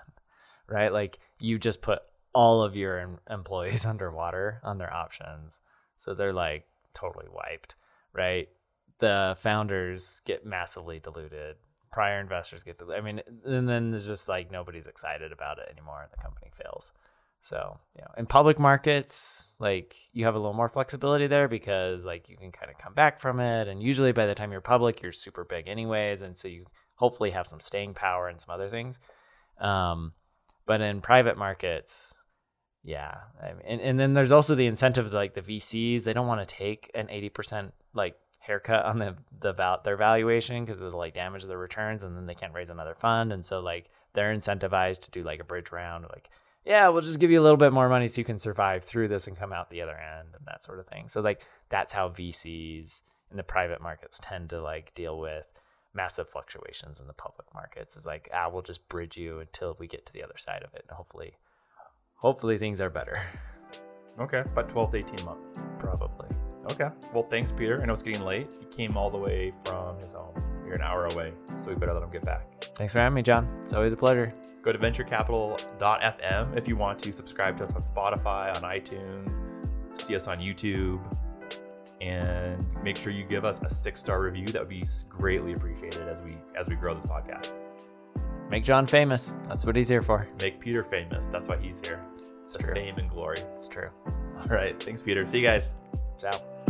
S2: right? Like you just put all of your em- employees underwater on their options, so they're like totally wiped, right? The founders get massively diluted. Prior investors get diluted. I mean, and then there's just like nobody's excited about it anymore, and the company fails. So, you know, in public markets, like you have a little more flexibility there because like you can kind of come back from it. And usually by the time you're public, you're super big anyways. And so you hopefully have some staying power and some other things. Um, but in private markets, yeah. I mean, and, and then there's also the incentive of, like the VCs, they don't want to take an 80% like haircut on the, the val- their valuation because it'll like damage their returns and then they can't raise another fund. And so like they're incentivized to do like a bridge round, like yeah, we'll just give you a little bit more money so you can survive through this and come out the other end and that sort of thing. So like that's how VCs in the private markets tend to like deal with massive fluctuations in the public markets. Is like, ah, we'll just bridge you until we get to the other side of it and hopefully hopefully things are better.
S1: Okay. About 12 to 18 months.
S2: Probably.
S1: Okay. Well, thanks, Peter. I know it's getting late. He came all the way from his home. You're an hour away, so we better let him get back.
S2: Thanks for having me, John. It's always a pleasure.
S1: Go to venturecapital.fm if you want to subscribe to us on Spotify, on iTunes, see us on YouTube, and make sure you give us a six-star review. That would be greatly appreciated as we as we grow this podcast.
S2: Make John famous. That's what he's here for.
S1: Make Peter famous. That's why he's here.
S2: It's
S1: It's
S2: true.
S1: fame and glory.
S2: It's true.
S1: All right. Thanks, Peter. See you guys.
S2: Ciao.